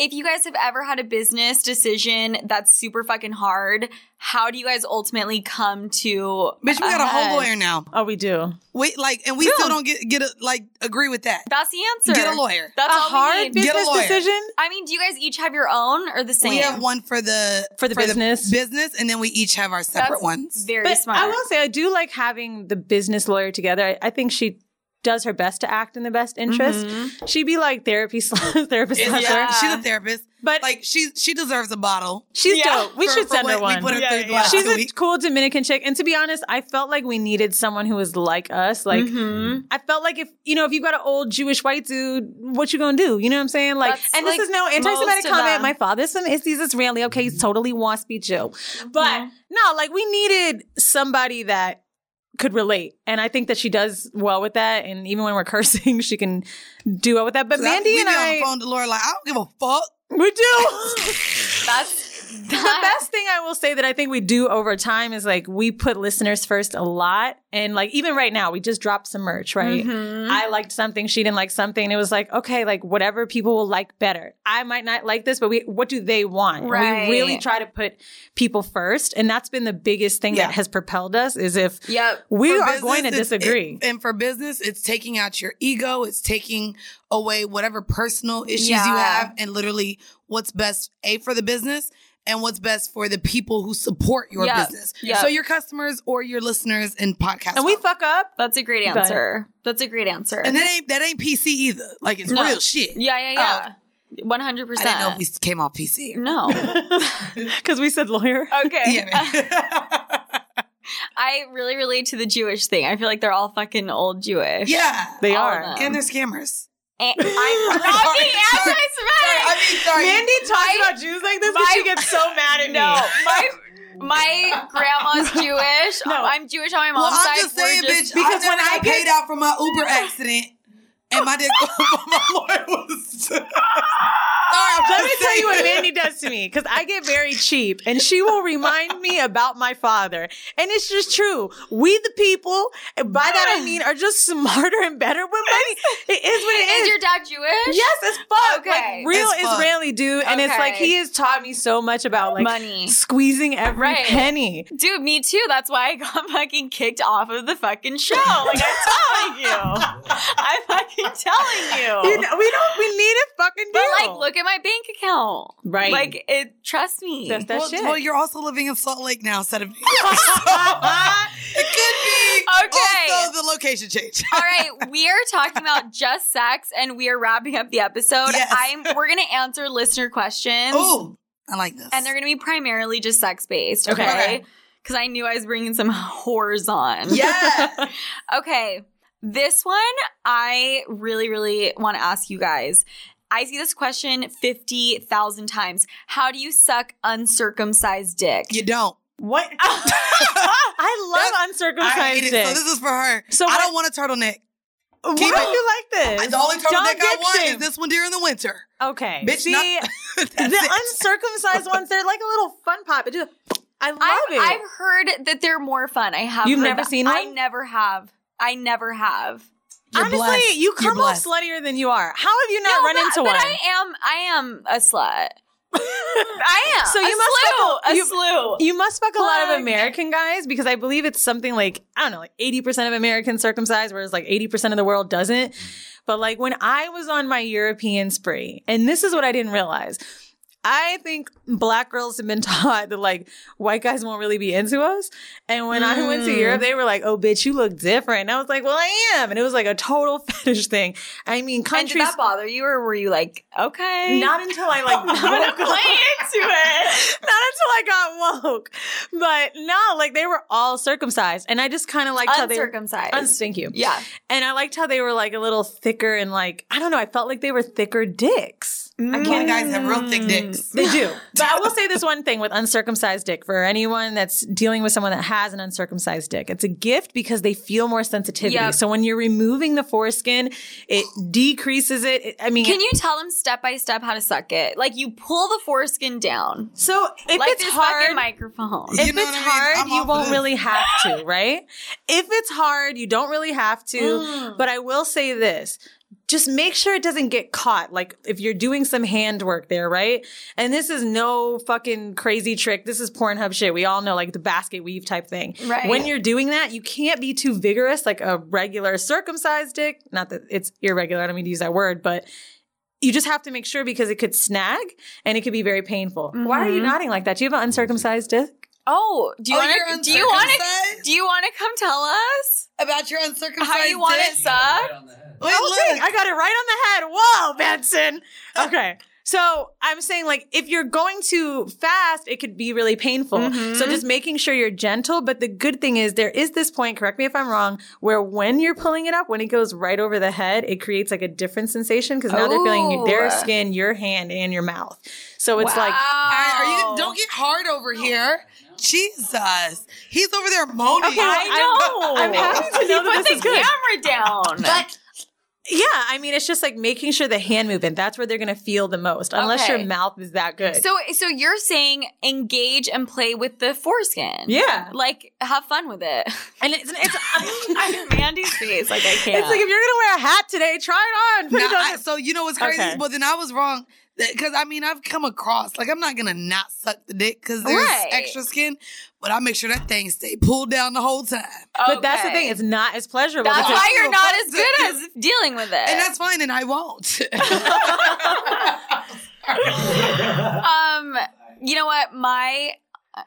A: If you guys have ever had a business decision that's super fucking hard, how do you guys ultimately come to?
B: bitch, we got a
A: head?
B: whole lawyer now.
C: oh, we do.
B: Wait, like, and we
A: Boom.
B: still don't get get a, like agree with that.
A: That's the answer.
B: Get a lawyer.
A: That's
C: a
A: all we
C: hard
A: need.
B: Get a
C: business
B: lawyer.
C: decision.
A: I mean, do you guys each have your own or the same?
B: We have one for the
C: For the business.
B: business, and then we each have our separate
A: That's
B: ones.
A: Very
C: But
A: smart.
C: I will say, I do like having the business lawyer together. I, I think she does her best to act in the best
A: Mm-hmm.
C: interest. She'd be like therapy slash therapist.
B: It's-
C: slash
A: Yeah.
C: her.
B: She's a therapist.
C: But
B: Like she she deserves a bottle.
C: she's
A: Yeah.
C: dope. We
B: for-
C: should
B: for
C: send
B: what
C: her one.
B: We put her
A: Yeah,
B: through
A: yeah,
B: the
A: yeah.
B: last
C: She's
B: two
C: a
B: weeks.
C: cool Dominican chick. And to be honest, I felt like we needed someone who was like us. Like
A: Mhm.
C: I felt like if you know, if you got an old Jewish white dude, what you gonna do? You know what I'm saying? Like
A: That's
C: and
A: like
C: this is no anti Semitic
A: most of
C: comment.
A: them.
C: My father's from is he's Israeli. Okay, he's totally wants to be Jew. But
A: Mhm.
C: no, like we needed somebody that could relate. And I think that she does well with that. And even when we're cursing, she can do well with that. But
B: So I-
C: Mandy
B: we
C: and
B: be on
C: I
B: the phone to Laura like I don't give a fuck.
C: we do
A: That's
C: the
A: that.
C: best thing I will say that I think we do over time is like we put listeners first a lot. And like even right now, we just dropped some merch, right?
B: Mm-hmm.
A: Mhm.
C: I liked something, she didn't like something. It was like, okay, like whatever people will like better. I might not like this, but we what do they want? And
A: Right.
C: We really try to put people first. And that's been the biggest thing
B: Yeah.
C: that has propelled us is if
A: Yep.
C: we
B: For
C: are
B: business,
C: going to
B: it's-
C: disagree.
B: it- and for business, it's taking out your ego. It's taking away whatever personal issues you
A: Yeah.
B: have, and literally what's best a for the business and what's best for the people who support your
A: Yeah.
B: business.
A: Yeah.
B: So your customers or your listeners and podcasts.
C: and we fuck up.
A: That's a great
C: But-
A: answer. That's a great answer.
B: and that ain't that ain't PC either. Like it's
A: No.
B: real shit.
A: yeah, yeah,
B: Oh.
A: yeah. One hundred
B: I
A: percent.
B: didn't know if we came off PC.
A: No.
C: Because we said lawyer.
A: Okay.
B: Yeah, man.
A: I really relate to the Jewish thing. I feel like they're all fucking old Jewish.
B: yeah.
C: They
A: All
C: are.
A: of them.
B: and they're scammers.
A: And I'm not
B: Sorry,
A: being
B: sorry, I
A: anti-Semitic.
B: mean, sorry.
C: Mandy talks
A: My-
C: about Jews like this
A: my-
C: because she gets so mad at me.
A: No, my my grandma's Jewish.
C: No.
A: I'm Jewish on my
B: well,
A: mom's
B: I'm
A: side.
B: just
A: We're
B: saying,
A: just-
B: bitch.
C: because
B: Because when
C: when
B: I
C: I
B: paid out for my Uber accident, and my dick, my lawyer was. Sorry, I'm
C: Let me
B: just
C: tell you what
B: saying.
C: Mandy does to me because I get very cheap and she will remind me about my father. And it's just true. We, the people, and by that I mean, are just smarter and better with money. It is what it
A: Is
C: is.
A: your dad Jewish?
C: Yes, it's fuck.
A: Okay.
C: Like, real
B: It's fuck.
C: Israeli dude. And it's like,
A: Okay.
C: he has taught me so much about like
A: Money.
C: squeezing every
A: Right.
C: penny.
A: Dude, me too. That's why I got fucking kicked off of the fucking show. Like I'm telling you. I'm fucking telling you.
C: You know, we don't, we need a fucking
A: but
C: deal.
A: like look at my bank account.
C: Right.
A: Like it trust me.
C: That's that
B: well,
C: shit.
B: well, you're also living in Salt Lake now instead of. it could be
A: Ah! Okay.
B: also the location change.
A: All right, we are talking about just sex, and we are wrapping up the episode.
B: Yes. Oh.
A: I'm we're gonna answer listener questions,
B: Ooh, I like this.
A: and they're gonna be primarily just sex based.
C: Okay.
A: Okay, because I knew I was bringing some whores on.
B: yeah.
A: Okay, this one I really, really want to ask you guys. I see this question fifty thousand times. How do you suck uncircumcised dick?
B: you don't.
C: what? I love uncircumcised
B: I hate it.
C: dick.
B: So this is for her.
C: So
B: So I
C: what-
B: don't want a turtleneck.
C: Why
B: Keep
C: do
B: it.
C: you like this?
B: The only turtleneck
C: Don't
B: I
C: dick
B: want
C: shame.
B: is this one during the winter.
C: Okay.
B: Bitch,
C: See,
B: not- That's
C: the
B: it.
C: uncircumcised ones, they're like a little fun pop. It just, I love
A: I've,
C: it.
A: I've heard that they're more fun. I have.
C: You've
A: heard
C: never
A: that.
C: seen
A: I
C: one?
A: never have. I never have.
B: You're
C: Honestly,
B: blessed.
C: you
B: You're
C: come off
B: blessed.
C: sluttier than you are. How have you not run
A: but,
C: into
A: but
C: one?
A: I am. I am a slut. I am.
C: So you
A: a
C: must
A: slew,
C: have-
A: a
C: you-
A: slew.
C: you must fuck a lot
A: Fuck.
C: of American guys because I believe it's something like, I don't know, like 80% of Americans circumcised, whereas like 80% of the world doesn't. But like when I was on my European spree, and this is what I didn't realize. I think black girls have been taught that like white guys won't really be into us. And when I went to
A: Mm.
C: Europe, they were like, oh, bitch, you look different. And I was like, well, I am. And it was like a total fetish thing. I mean,
A: and did
C: countries.
A: that bother you, or were you like, okay,
C: Not until I like
A: I'm gonna
C: woke
A: play
C: up.
A: into it?
C: Not until I got woke. But no, like they were all circumcised. And I just kind of liked how they were.
A: Uncircumcised.
C: Uns- thank you.
A: yeah.
C: And I liked how they were like a little thicker and like, I don't know, I felt like they were thicker dicks.
B: I
C: can't-
B: can't. Guys have real thick dicks.
C: Mm. They Hmm. do. but I will say this one thing with uncircumcised dick for anyone that's dealing with someone that has an uncircumcised dick. It's a gift because they feel more sensitivity.
A: Yep.
C: So when you're removing the foreskin, it decreases it. It- I mean,
A: Can you tell them step by step how to suck it? Like you pull the foreskin down,
C: so if
A: like
C: it's
A: this
C: hard,
A: fucking microphone.
B: You
C: if
B: know
C: it's
B: what I mean?
C: hard,
B: I'm all
C: you
B: for
C: won't
B: this.
C: really have to, right? If it's hard, you don't really have to.
B: Mm.
C: But I will say this. Just make sure it doesn't get caught. Like if you're doing some handwork there, right? And this is no fucking crazy trick. This is Pornhub shit. We all know like the basket weave type thing.
A: Right.
C: When you're doing that, you can't be too vigorous, like a regular circumcised dick. Not that it's irregular. I don't mean to use that word, but you just have to make
B: Mm-hmm.
C: sure because it could snag and it could be very painful. Why are you nodding like that? Do you have an uncircumcised dick?
A: Oh, do you
B: Oh, you're
A: want to? Do you want to?
B: uncircumcised?
A: Do you want to come tell us
B: about your uncircumcised
A: how you want it
B: dick?
A: sucked?
B: Wait,
C: Oh, dang,
B: look.
C: I got it right on the head. Whoa, Benson. Okay. So I'm saying like if you're going too fast, it could be really painful. So just making sure you're gentle. But the good thing is there is this point, correct me if I'm wrong, where when you're pulling it up, when it goes right over the head, it creates like a different sensation because now they're feeling you-
A: Oh.
C: their skin, your hand, and your mouth. So it's like
B: I-
C: Oh.
B: are you, don't get hard over here. Jesus. He's over there moaning.
C: Okay, well,
A: I know.
C: I'm happy to know that
A: Put
C: this
A: the
C: is good.
A: camera down.
B: But
C: Yeah, I mean, it's just like making sure the hand movement. That's where they're going to feel the most, unless
A: Okay.
C: your mouth is that good.
A: so, so you're saying engage and play with the foreskin?
C: Yeah.
A: like have fun with it.
C: and it's, it's,
A: Mandy's face, like I can't.
C: it's like if you're going to wear a hat today, try it on. Put
B: no,
C: it on
B: I,
C: your-
B: so you know what's crazy?
C: Okay.
B: Well, then I was wrong. Because I mean, I've come across like I'm not gonna not suck the dick because there's
A: Right.
B: extra skin, but I make sure that thing stay pulled down the whole time,
C: but that's the thing. It's not as pleasurable.
A: That's
B: Okay.
C: because-
A: why you're not as
B: Well,
A: good as dealing with it.
B: and that's fine, and I won't.
A: um, you know what? My,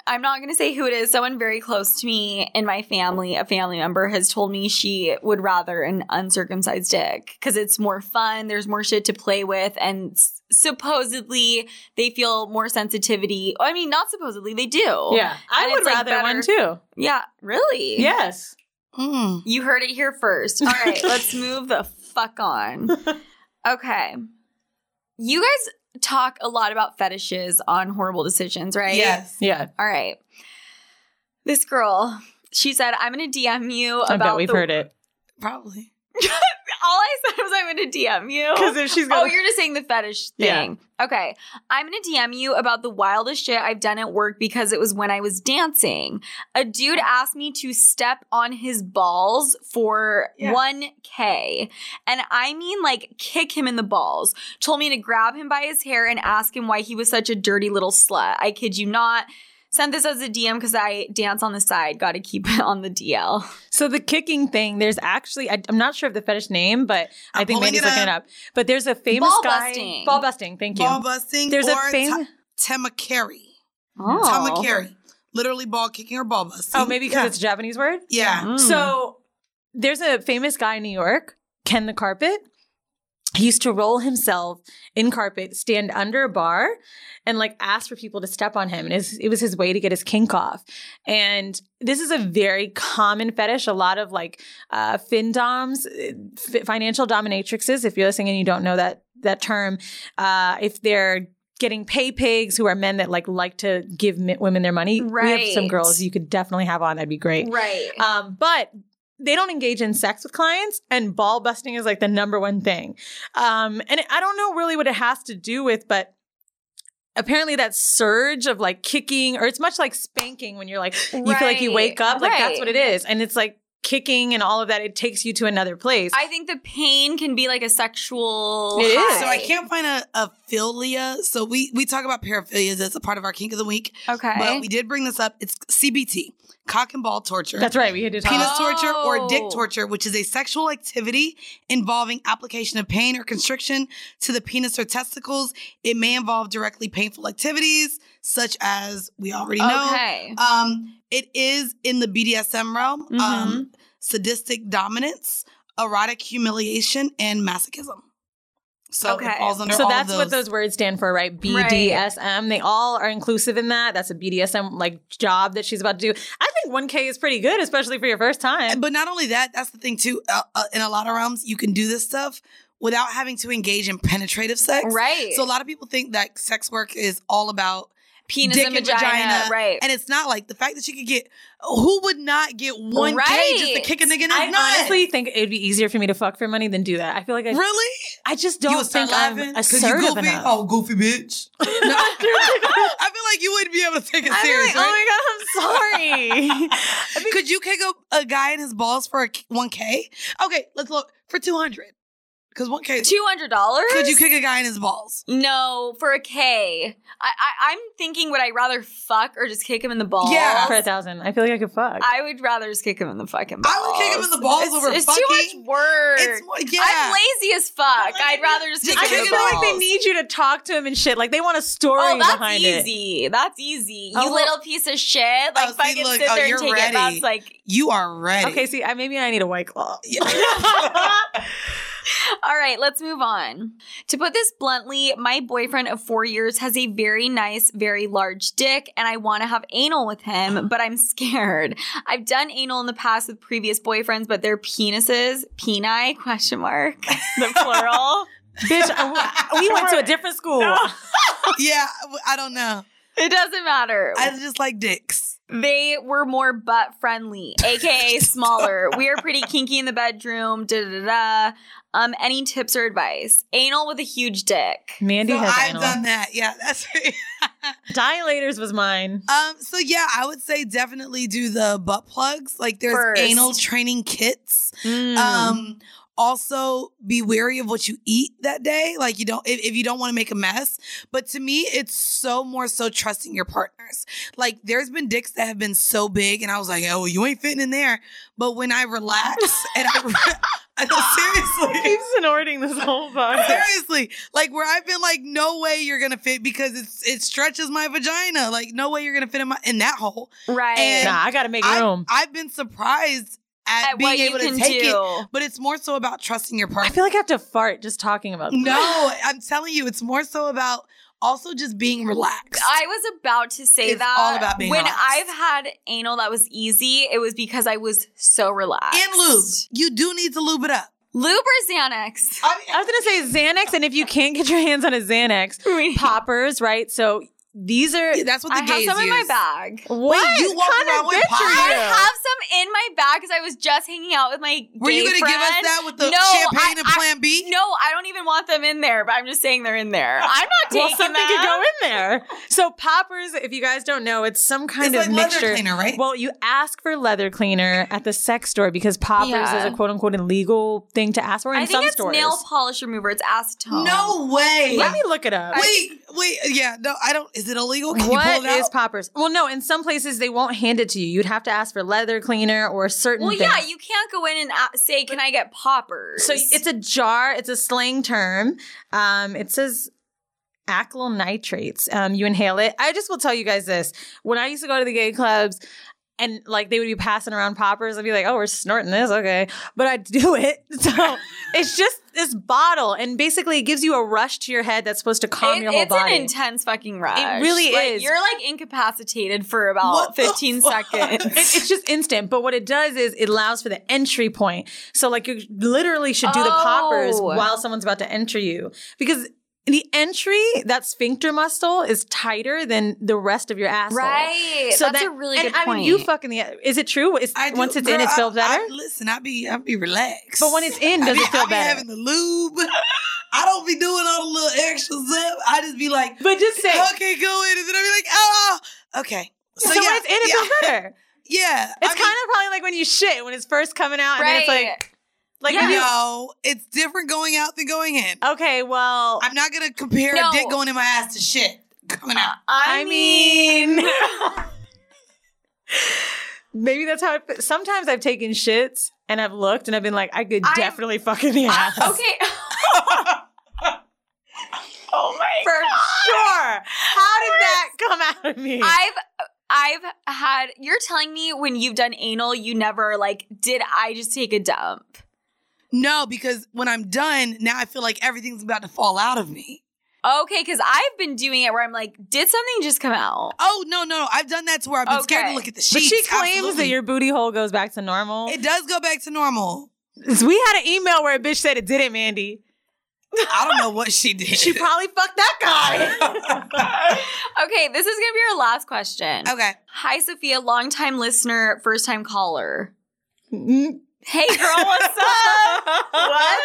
A: I'm not going to say who it is. Someone very close to me in my family, a family member, has told me she would rather an uncircumcised dick because it's more fun. There's more shit to play with, and s- supposedly they feel more sensitivity. I mean, not supposedly, they do.
C: yeah. I
A: And
C: would
A: it's, like,
C: rather
A: better-
C: one too.
A: Yeah. Really.
C: Yes.
B: Mm.
A: You heard it here first. All right, let's move the fuck on. Okay. You guys talk a lot about fetishes on horrible decisions, right?
B: Yes.
C: Yeah.
A: All right. This girl, she said, I'm going to DM you
C: I
A: about
C: bet we've
A: the-
C: heard it.
B: Probably.
A: All I said was I'm going to DM you.
C: Because if she's
A: Oh,
C: going to.
A: you're just saying the fetish
C: Yeah.
A: thing. Okay. I'm going to DM you about the wildest shit I've done at work because it was when I was dancing. A dude asked me to step on his balls for
B: Yeah.
A: 1K. And I mean, like, kick him in the balls. Told me to grab him by his hair and ask him why he was such a dirty little slut. I kid you not. Sent this as a DM because I dance on the side. Got to keep it on the DL.
C: So the kicking thing, there's actually, I, I'm not sure of the fetish name, but i
B: I'm
C: think
B: pulling
C: Mandy's
B: it
C: looking it up. But there's a famous
A: Ball
C: guy.
A: busting.
C: Ball busting. Thank you.
B: Ball busting
C: there's
B: or
C: a famous.
B: ta- tamakeri.
A: Oh.
B: Tamakeri. Literally ball kicking or ball busting.
C: Oh, maybe because
B: yeah.
C: it's a Japanese word?
B: yeah.
A: Hmm. Mm.
C: So there's a famous guy in New York, Ken the Carpet. He used to roll himself in carpet, stand under a bar, and like ask for people to step on him. And his, it was his way to get his kink off. And this is a very common fetish. A lot of like uh, fin doms, eh, fi- financial dominatrixes. If you're listening and you don't know that that term, uh, if they're getting pay pigs, who are men that like like to give mi- women their money, we have some
A: Right.
C: girls you could definitely have on. That'd be great.
A: Right.
C: Um, but they don't engage in sex with clients, and ball busting is like the number one thing. Um, and I don't know really what it has to do with, but apparently that surge of like kicking, or it's much like spanking when you're like, you feel like you
A: Right,
C: wake up, like
A: right.
C: that's what it is. And it's like kicking and all of that, it takes you to another place.
A: I think the pain can be like a sexual.
C: It is.
A: high.
B: So I can't find a, a philia. So we we talk about paraphilias as a part of our kink of the week,
A: Okay.
B: but we did bring this up. It's CBT, cock and ball torture.
C: that's right. We had to talk.
B: Penis
A: Oh.
B: torture or dick torture, which is a sexual activity involving application of pain or constriction to the penis or testicles. It may involve directly painful activities, such as we already know.
A: Okay.
B: Um, it is in the BDSM realm, um, sadistic dominance, erotic humiliation, and masochism. So
A: Okay.
B: it falls under
C: So
B: all
C: that's
B: of
C: what those words stand for, right?
A: Right.
C: BDSM. They all are inclusive in that. That's a BDSM like job that she's about to do. I think 1K is pretty good, especially for your first time.
B: But not only that, that's the thing too. Uh, uh, in a lot of realms, you can do this stuff without having to engage in penetrative sex.
A: Right.
B: So a lot of people think that sex work is all about
A: penis
B: dick
A: and
B: and
A: vagina.
B: vagina,
A: Right.
B: and it's not like the fact that you could get who would not get one K just to
A: Right.
B: kick a nigga in his
C: I
B: nuts?
C: honestly think it'd be easier for me to fuck for money than do that. I feel like I,
B: really
C: I just
B: you
C: don't
B: would start
C: think I'm
B: laughing 'cause you
C: assertive
B: goofy.
C: enough.
B: Oh, goofy bitch! No. I feel like you wouldn't be able to take it
C: I'm
B: serious.
C: like,
B: right?
C: oh my god, I'm sorry.
B: could you kick a, a guy in his balls for a one k? Okay, let's look for two hundred. Because what case
A: Two hundred dollars?
B: could you kick a guy in his balls?
A: No, for a K. I, I I'm thinking would I rather fuck or just kick him in the balls?
B: Yeah.
C: for a thousand. I feel like I could fuck.
A: I would rather just kick him in the fucking balls.
B: I would kick him in the balls
A: it's,
B: over
A: It's too
B: fucking-
A: much work.
B: It's more, yeah.
A: I'm lazy as fuck. I'd rather just
B: Just
A: kick
C: I
A: him in
C: just
A: the
C: feel
A: balls.
C: like they need you to talk to him and shit. Like they want a story
A: Oh, that's
C: behind it.
A: easy. That's easy. You
C: Oh, well-
A: little piece of shit. Like
B: see,
A: fucking
B: look,
A: sit
B: oh,
A: there
B: you're
A: and take
B: ready.
A: it. That's like,
B: You are ready.
C: Okay, see, I, maybe I need a white claw.
A: all right, let's move on. To put this bluntly, my boyfriend of four years has a very nice, very large dick, and I want to have anal with him, but I'm scared. I've done anal in the past with previous boyfriends, but their penises, peni question mark, the plural.
C: Bitch, I- we went to a different school.
B: yeah, I don't know.
A: it doesn't matter.
B: I just like dicks.
A: they were more butt friendly, aka smaller. we are pretty kinky in the bedroom. Da da da. Um, any tips or advice? Anal with a huge dick.
C: Mandy
B: So
C: has
B: I've
C: anal.
B: done that. Yeah, that's
C: Dilators was mine.
B: Um, so yeah, I would say definitely do the butt plugs. Like there's
A: First.
B: anal training kits.
C: Mm.
B: Um, also be wary of what you eat that day. Like you don't if, if you don't want to make a mess. But to me, it's so more so trusting your partners. Like there's been dicks that have been so big, and I was like, oh, you ain't fitting in there. But when I relax and I, re- I know,
C: I
B: seriously.
C: keep snorting this whole podcast.
B: Seriously, like where I've been like, no way you're gonna fit because it's it stretches my vagina. Like no way you're gonna fit in my in that hole.
A: Right.
B: And
C: Nah, I gotta make room.
B: I, have been surprised at,
A: At
B: being
A: what you
B: able to
A: can
B: take it,
A: do.
B: but it's more so about trusting your
C: I
B: partner.
C: feel like I have to fart just talking about this.
B: no, I'm telling you, it's more so about also just being relaxed.
A: I was about to say
B: It's
A: that
B: all about being
A: when
B: relaxed.
A: I've had anal that was easy, it was because I was so relaxed.
B: and lube, you do need to lube it up.
A: Lube or Xanax?
C: I was gonna say Xanax, and if you can't get your hands on a Xanax, poppers, right? So these are
B: Yeah, That's what
A: I
B: the
A: have
B: gays
A: some in my
B: use.
A: bag.
C: what
B: Wait, you walk
C: kind of
B: around with
C: bitch
B: poppers?
C: are
A: I
C: you?
A: have some in my bag because I was just hanging out with my
B: Were you
A: gay
B: gonna give us
A: friend.
B: that with the
A: No,
B: champagne
A: I-
B: and
A: I-
B: Plan B?
A: No, I don't even want them in there, but I'm just saying they're in there. I'm not
C: well,
A: taking
C: something
A: them.
C: could go in there. So poppers, if you guys don't know, it's some kind
B: It's
C: of
B: like leather
C: mixture.
B: cleaner, right?
C: Well, you ask for leather cleaner at the sex store because poppers
A: Yeah.
C: is a quote unquote illegal thing to ask for in
A: I think
C: some
A: it's
C: stores.
A: nail polish remover. It's acetone.
B: No way.
C: Let me look it up.
B: Wait, wait, yeah, no, I don't. Is it illegal? Can you
C: What
B: pull it out?
C: is poppers? Well, no, in some places they won't hand it to you. You'd have to ask for leather cleaner or a certain.
A: Well,
C: thing.
A: yeah, you can't go in and a- say, "Can I get poppers?"
C: So it's a jar. It's a slang term. Um, it says acyl nitrates. Um, you inhale it. I just will tell you guys this. When I used to go to the gay clubs. And like they would be passing around poppers, I'd be like, "Oh, we're snorting this, okay?" But I'd do it. So it's just this bottle, and basically it gives you a rush to your head that's supposed to calm
A: It-
C: your whole
A: it's
C: body.
A: an intense fucking rush.
C: really
A: Like,
C: is.
A: You're like incapacitated for about
B: What the
A: 15
B: fuck?
A: seconds.
C: It- it's just instant. But what it does is it allows for the entry point. So like you literally should do the poppers
A: Oh.
C: while someone's about to enter you because the entry that sphincter muscle is tighter than the rest of your asshole.
A: right.
C: So
A: That's
C: that-
A: a really
C: and
A: good
C: I
A: point.
C: mean, you fucking the. Is it true? Is,
B: I do-
C: once it's in,
B: girl,
C: it feels
B: I-
C: better.
B: I- listen, I be I be relaxed.
C: but when it's in,
B: I
C: does
B: be,
C: it feel
B: I be
C: better?
B: having the lube. I don't be doing all the little extra stuff. I just be like,
C: but just say.
B: okay, go in, and then I be like, oh, okay.
C: So, when it's in, it feels better.
B: yeah.
C: It's kind of probably like when you shit when it's first coming out, and then it's
A: Right.
C: like, like
A: Yeah.
C: if you-
B: no. It's different going out than going in.
C: okay, well,
B: I'm not gonna compare
A: No.
B: a dick going in my ass to shit coming out.
A: I,
C: I
A: mean,
C: mean- Maybe that's how. It, sometimes I've taken shits and I've looked and I've been like, I could
A: I-
C: definitely fuck in the ass.
A: okay.
C: oh my for sure. How did that come out of me?
A: I've I've had you're telling me when you've done anal you never like did I just take a dump?
B: No, because when I'm done, now I feel like everything's about to fall out of me.
A: Okay, cuz I've been doing it where I'm like did something just come out?
B: Oh no, no, no. I've done that to where I've been scared to
A: Okay.
B: look at the
C: but
B: sheets.
C: she claims that
B: Absolutely.
C: your booty hole goes back to normal.
B: It does go back to normal.
C: we had an email where a bitch said it didn't, Mandy.
B: I don't know what she did.
C: She probably fucked that guy.
A: Okay, this is going to be our last question.
B: okay.
A: Hi Sophia, longtime listener, first time caller.
C: Mm,
A: Hey girl, what's up? what?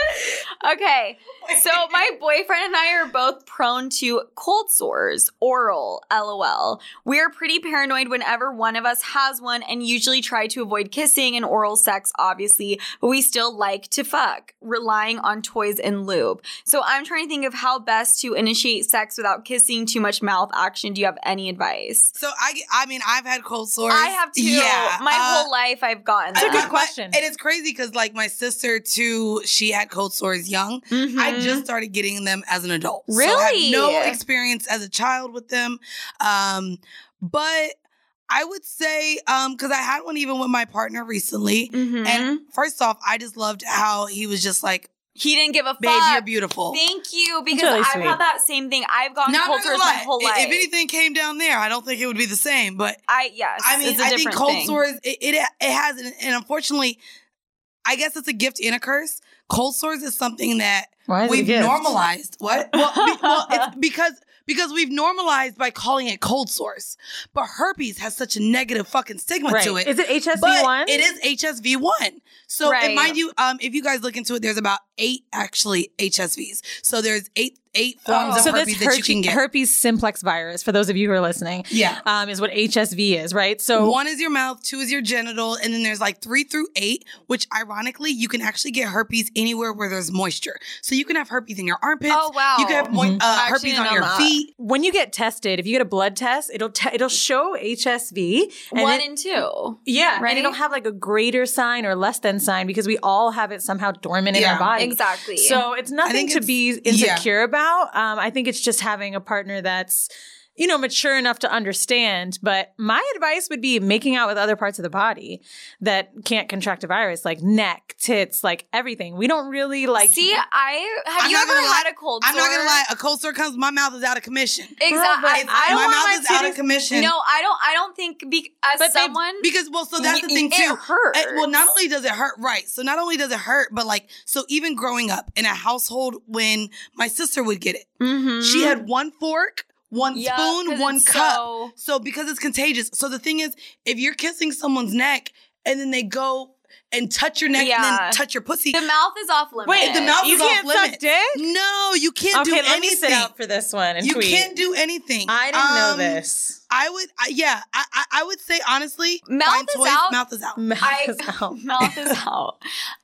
A: Okay. So my boyfriend and I are both prone to cold sores, oral, lol. We are pretty paranoid whenever one of us has one and usually try to avoid kissing and oral sex, obviously, but we still like to fuck, relying on toys and lube. So I'm trying to think of how best to initiate sex without kissing too much mouth action. Do you have any advice?
B: So I, I mean, I've had cold sores.
A: I have too.
B: Yeah,
A: my
B: uh,
A: whole life I've gotten
C: It's a
A: that.
C: good
B: my-
C: question.
B: and it's crazy because like my sister too, she had cold sores young. I
A: Mhm.
B: just started getting them as an adult. So I
A: Really?
B: had no experience as a child with them. Um, but I would say, um, because I had one even with my partner recently.
A: Mhm.
B: And first off, I just loved how he was just like,
A: he didn't give a
B: babe, you're
A: fuck.
B: beautiful.
A: Thank you, because
C: really
A: I've
C: sweet.
A: had that same thing. I've gotten
B: Now, I'm
A: cold
B: not gonna
A: sores my
B: lie,
A: whole
B: i-
A: life.
B: If anything came down there, I don't think it would be the same. But
A: I yes,
B: I mean,
A: it's a
B: I think
A: different
B: cold
A: thing.
B: sores it, it it has an- and unfortunately, I guess it's a gift and a curse. Cold sores is something that
C: Why
B: we've normalized. What? Well, be- well, it's because because we've normalized by calling it cold sores, but herpes has such a negative fucking stigma
C: Right.
B: to it.
C: Is it HSV
B: but
C: one?
B: it is HSV one. So,
A: Right.
B: and mind you, um, if you guys look into it, there's about eight actually HSVs. So there's eight eight forms
A: Oh.
B: of
C: so this
B: herpes that you can
C: herpes,
B: get.
C: herpes simplex virus, for those of you who are listening,
B: yeah.
C: um, is what HSV is, right? So
B: One is your mouth, two is your genital, and then there's like three through eight, which ironically, you can actually get herpes anywhere where there's moisture. So you can have herpes in your armpits.
A: Oh, wow.
B: You can have moi-
C: Mhm.
B: uh,
A: I actually
B: herpes on
A: know
B: your
A: that.
B: feet.
C: when you get tested, if you get a blood test, it'll te- it'll show HSV. And
A: one
C: it-
A: and two.
C: yeah,
A: right?
C: and it'll have like a greater sign or less than sign because we all have it somehow dormant in
B: Yeah.
C: our body.
A: Exactly.
C: So it's nothing
B: think
C: to
B: it's-
C: be
B: yeah.
C: insecure about. Um, I think it's just having a partner that's, you know, mature enough to understand. But my advice would be making out with other parts of the body that can't contract a virus, like neck, tits, like everything. We don't really like.
A: see, I have
B: I'm
A: you
B: not
A: ever
B: gonna
A: had
B: lie-
A: a cold?
B: I'm not
A: sore?
B: gonna lie, a cold sore comes, my mouth is out of commission.
A: Exactly.
C: Girl, but
A: I don't
B: my
A: want
B: mouth
A: my
B: is out of
A: titties-
B: commission.
A: No, I don't. I don't think be, as
C: But they-
A: someone.
B: Because well, so that's
A: y-
B: the thing
A: it
B: too.
A: hurts.
B: Uh, well, not only does it hurt, right? So not only does it hurt, but like, so even growing up in a household when my sister would get it,
C: Mm-hmm.
A: Mhm.
B: she had one fork, one
A: Yeah, 'cause
B: spoon, one
A: it's
B: cup.
A: so-
B: So because it's contagious. So the thing is, if you're kissing someone's neck and then they go and touch your neck and
A: Yeah.
B: then touch your pussy,
A: the mouth is off limits.
C: Wait,
B: the mouth
C: you
B: is off
C: can't suck
B: limits.
C: dick?
B: no, you can't
C: Okay,
B: do
C: let
B: anything.
C: me sit out for this one and
B: you
C: tweet.
B: can't do anything.
C: I didn't know
B: Um,
C: this.
B: I would, I, yeah, I, I, I would say honestly,
A: Mouth
B: find
A: is
B: toys,
A: out.
B: Mouth is out.
A: I-
C: Mouth is out.
A: mouth is out.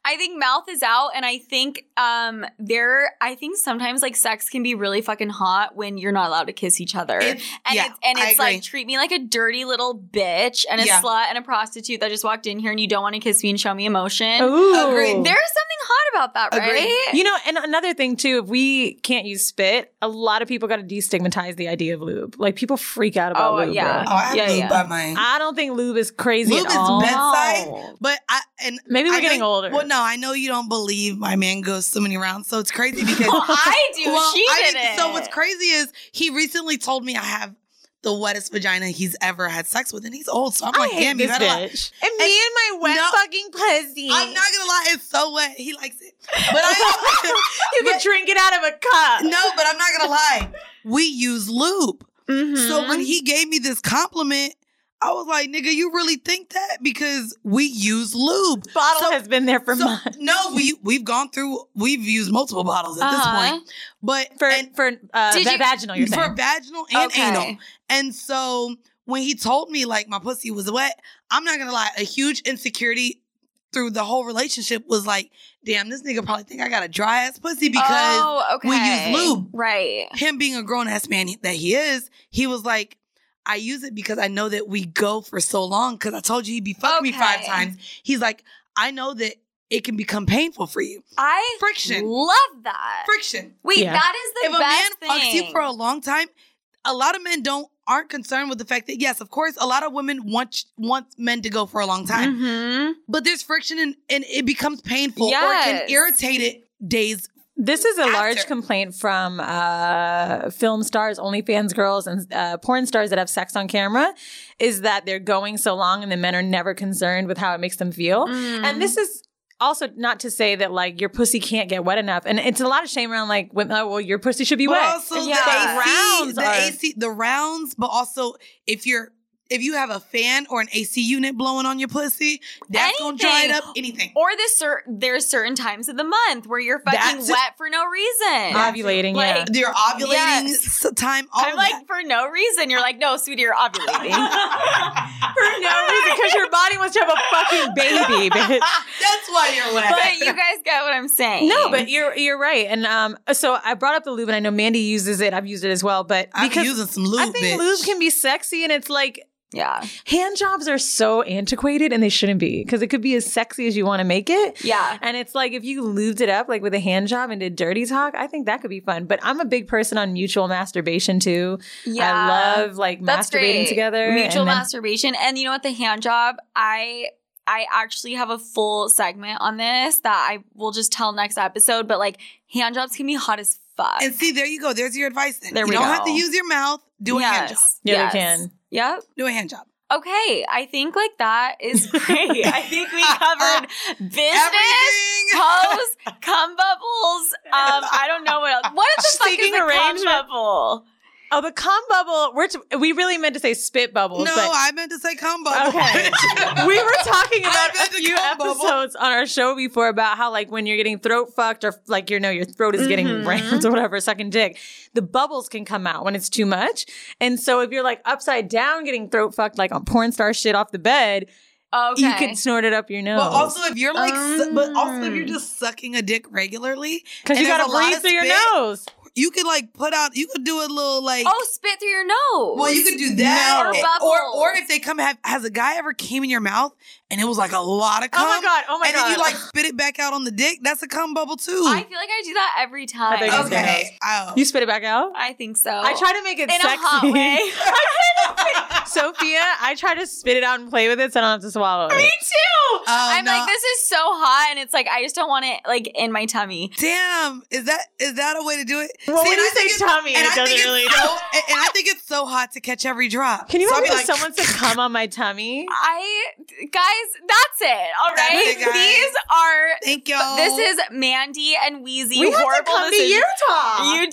A: I think mouth is out, and I think um there. I think sometimes like sex can be really fucking hot when you're not allowed to kiss each other,
B: It's-
A: and
B: yeah,
A: it's and
B: I
A: it's
B: agree.
A: like treat me like a dirty little bitch and a
B: Yeah.
A: slut and a prostitute that just walked in here, and you don't want to kiss me and show me emotion.
C: Ooh.
B: Agreed.
A: There's something hot about that,
B: Oh. Agreed.
A: right?
C: You know, and another thing too, if we can't use spit, a lot of people got to destigmatize the idea of lube. Like people freak out about
A: Oh,
C: lube.
A: yeah.
C: bro.
B: Oh, I have
A: Yeah,
B: to
A: yeah.
B: by my.
C: I don't think lube is crazy
B: Lube
C: at
B: is
C: all.
B: bedside, But I and
C: Maybe we're
B: I know
C: getting
B: you-
C: older.
B: Well, no, I know you don't believe my man goes so many rounds, so it's crazy because
A: Well, I do.
B: Well,
A: she
B: I
A: did
B: mean,
A: it.
B: So what's crazy is he recently told me I have the wettest vagina he's ever had sex with, and he's old. So I'm
C: I
B: like,
C: hate
B: damn, you
C: this
B: had a lot.
C: bitch. And, me and my
B: wet No.
C: fucking pussy.
B: I'm not gonna lie, it's so wet. He likes it, but I
C: you can drink it out of a cup.
B: no, but I'm not gonna lie. We use lube.
A: Mm-hmm.
B: So
C: Hmm.
B: when he gave me this compliment, I was like, nigga, you really think that because we use lube.
C: Bottle
B: So-
C: has been there for
B: So,
C: months.
B: no, we we've gone through. We've used multiple bottles at
A: Uh-huh.
B: this point, but
C: For
B: and-
C: for uh,
A: Did
C: va-
A: you-
C: vaginal, you're
B: for
C: saying.
B: vaginal and
A: Okay.
B: anal. And so when he told me like my pussy was wet, I'm not gonna lie, a huge insecurity through the whole relationship was like, damn, this nigga probably think I got a dry ass pussy because
A: oh, okay.
B: we use lube.
A: right?
B: him being a grown ass man that he is, he was like, I use it because I know that we go for so long because I told you he'd be fucking me five
A: Okay.
B: times. He's like, I know that it can become painful for you.
A: I
B: Friction.
A: love that.
B: Friction.
A: Wait,
C: Yeah.
A: that is the
B: if a man
A: best
B: fucks
A: thing.
B: you for a long time, a lot of men don't aren't concerned with the fact that yes, of course, a lot of women want want men to go for a long time,
C: Mm-hmm.
A: Mhm.
B: but there's friction and, and it becomes painful or
A: Yes.
B: it can irritate it days.
C: This is a large
B: After.
C: complaint from uh, film stars, OnlyFans girls, and uh, porn stars that have sex on camera is that they're going so long and the men are never concerned with how it makes them feel. And this is also not to say that like your pussy can't get wet enough. And it's a lot of shame around like, women, oh, well, your pussy should be
B: But
C: wet.
B: also
A: Yeah.
B: the AC,
C: Rounds
B: the
C: are-
B: AC, the rounds, but also if you're if you have a fan or an AC unit blowing on your pussy, that's gonna dry it
A: Anything.
B: up. Anything.
A: Or this cer- there's certain times of the month where you're fucking
B: That's-
A: wet for no reason.
C: Ovulating,
A: Like-
B: You're ovulating
A: Yes.
B: s- time. All
A: I'm
B: of
A: like
B: that.
A: for no reason. You're like, no, sweetie, you're ovulating.
C: yeah. For no reason, because your body wants to have a fucking baby, bitch.
B: that's why you're wet.
A: but you guys get what I'm saying.
C: No, but you're you're right. And um, so I brought up the lube, and I know Mandy uses it. I've used it as well, but
B: I'm
C: because
B: using some lube,
C: I think
B: bitch.
C: lube can be sexy, and it's like
A: yeah,
C: hand jobs are so antiquated, and they shouldn't be because it could be as sexy as you want to make it.
A: yeah.
C: And it's like if you lubed it up like with a hand job and did dirty talk, I think that could be fun. But I'm a big person on mutual masturbation too.
A: Yeah.
C: I love like
A: That's
C: masturbating
A: great.
C: together.
A: Mutual
C: and then-
A: masturbation. And you know what? The hand job, I I actually have a full segment on this that I will just tell next episode, but like hand jobs can be hot as fuck.
B: and see, there you go. There's your advice. Then
A: There
B: you
A: we
B: don't
A: go.
B: have to use your mouth. Do a hand job.
C: Yeah, they can.
A: Yep.
B: Do a hand job.
A: Okay. I think like that is great. I think we covered business,
B: Everything.
A: toes, cum bubbles. Um, I don't know what else. What is the fuck is
C: Seeking
A: a cum
C: arrangement.
A: bubble?
C: Oh, the cum bubble. We're t- we really meant to say spit bubbles.
B: No,
C: but-
B: I meant to say combo.
C: Okay. we were talking
B: I
C: about a
B: meant to
C: few
B: come, Bubble.
C: episodes on our show before about how like when you're getting throat fucked or like you know your throat is getting
B: Mm-hmm.
A: Mhm.
C: rammed or whatever sucking dick the bubbles can come out when it's too much and so if you're like upside down getting throat fucked like on porn star shit off the bed
A: Okay.
C: you can snort it up your nose
B: But also, if you're like, su- but also if you're
A: Um.
C: Mm.
B: just sucking a dick regularly,
C: because you
B: and
C: gotta
B: there's a lot
C: breathe
B: of
C: through your
B: spit,
C: nose
B: you could like put out. You could do a little like.
A: oh, spit through your nose.
B: well, you could do that,
A: No. Or
B: And- or
A: bubbles.
B: or if they come have has a guy ever came in your mouth and it was like a lot of cum,
C: oh my god oh my
B: and
C: god
B: then you like spit it back out on the dick. That's a cum bubble too.
A: I feel like I do that every
C: I
A: time.
C: think it's
A: okay.
C: bad.
B: okay, oh.
C: you spit it back out
A: I think so.
C: I try to make it
A: in
C: sexy.
A: a hot way.
C: Sophia, I try to spit it out and play with it so I don't have to swallow it.
A: Me too. I'm
B: Oh, no.
A: like, this is so hot, and it's like I just don't want it like in my tummy.
B: Damn, is that is that a way to do it?
C: Well,
B: See,
C: when
B: and
C: you
B: I think
C: say
B: it's-
C: tummy,
B: and
C: it
B: I
C: doesn't
B: think it's
C: really.
B: so- and, and I think it's so hot to catch every drop.
C: Can you
B: So I'll be
C: imagine if
B: like,
C: someone said come on my tummy?
A: I guys, that's it. All
B: That's
A: right,
B: it, guys.
A: these are
B: Thank y'all.
A: this is Mandy and Wheezy. horrible decisions.
C: Utah.
A: You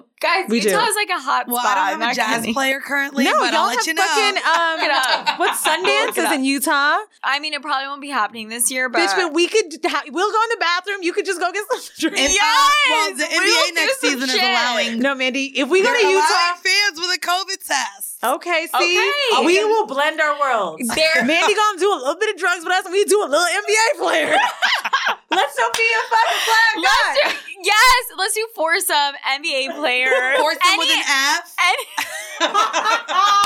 A: do, guys.
C: We do.
A: Utah's like a hot
B: Well,
A: spot.
B: I
A: I'm
B: don't
A: not
B: have a jazz
A: kidding.
B: player currently,
C: no,
B: but
C: y'all
B: I'll
C: have
B: let you know.
A: Look it
C: fucking um.
A: up.
C: What
A: Look
C: Sundance
A: it
C: is
A: up.
C: in Utah,
A: I mean, it probably won't be happening this year, but
C: bitch. But we could. Ha- we'll go in the bathroom. You could just go get
B: And,
C: some drinks.
B: uh, well, the
A: Yes! We will
B: NBA
A: do
B: next
A: some
B: season is
A: shit.
B: allowing.
C: No, Mandy. If we go
B: they're
C: to Utah,
B: allowing fans with a COVID test.
C: okay. See,
A: Okay.
C: we will blend our worlds.
A: there.
C: Mandy gonna do a little bit of drugs with us, and we do a little NBA player. Let's Sophia fucking flag.
A: Let's do, yes, let's do foursome NBA player.
B: Force them with
A: Any-
B: an F.
A: any,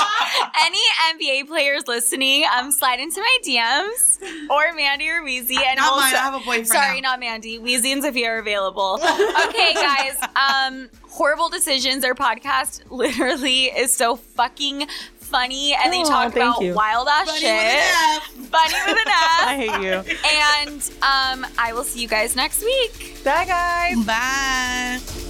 A: any NBA players listening, um, slide into my DMs or Mandy or Wheezy, and
B: Not
A: we'll
B: mine. I
A: so-
B: have a boyfriend.
A: sorry,
B: now.
A: not Mandy. Wheezy and Sophia are available. okay, guys. Um, horrible decisions. Their podcast literally is so fucking funny, and they
C: Oh,
A: talk
C: thank
A: about
C: you.
A: wild ass
B: Buddy
A: shit.
B: with an F.
A: Funny with an
C: I
A: F.
C: hate you.
A: and um, I will see you guys next week.
C: Bye, guys.
B: Bye.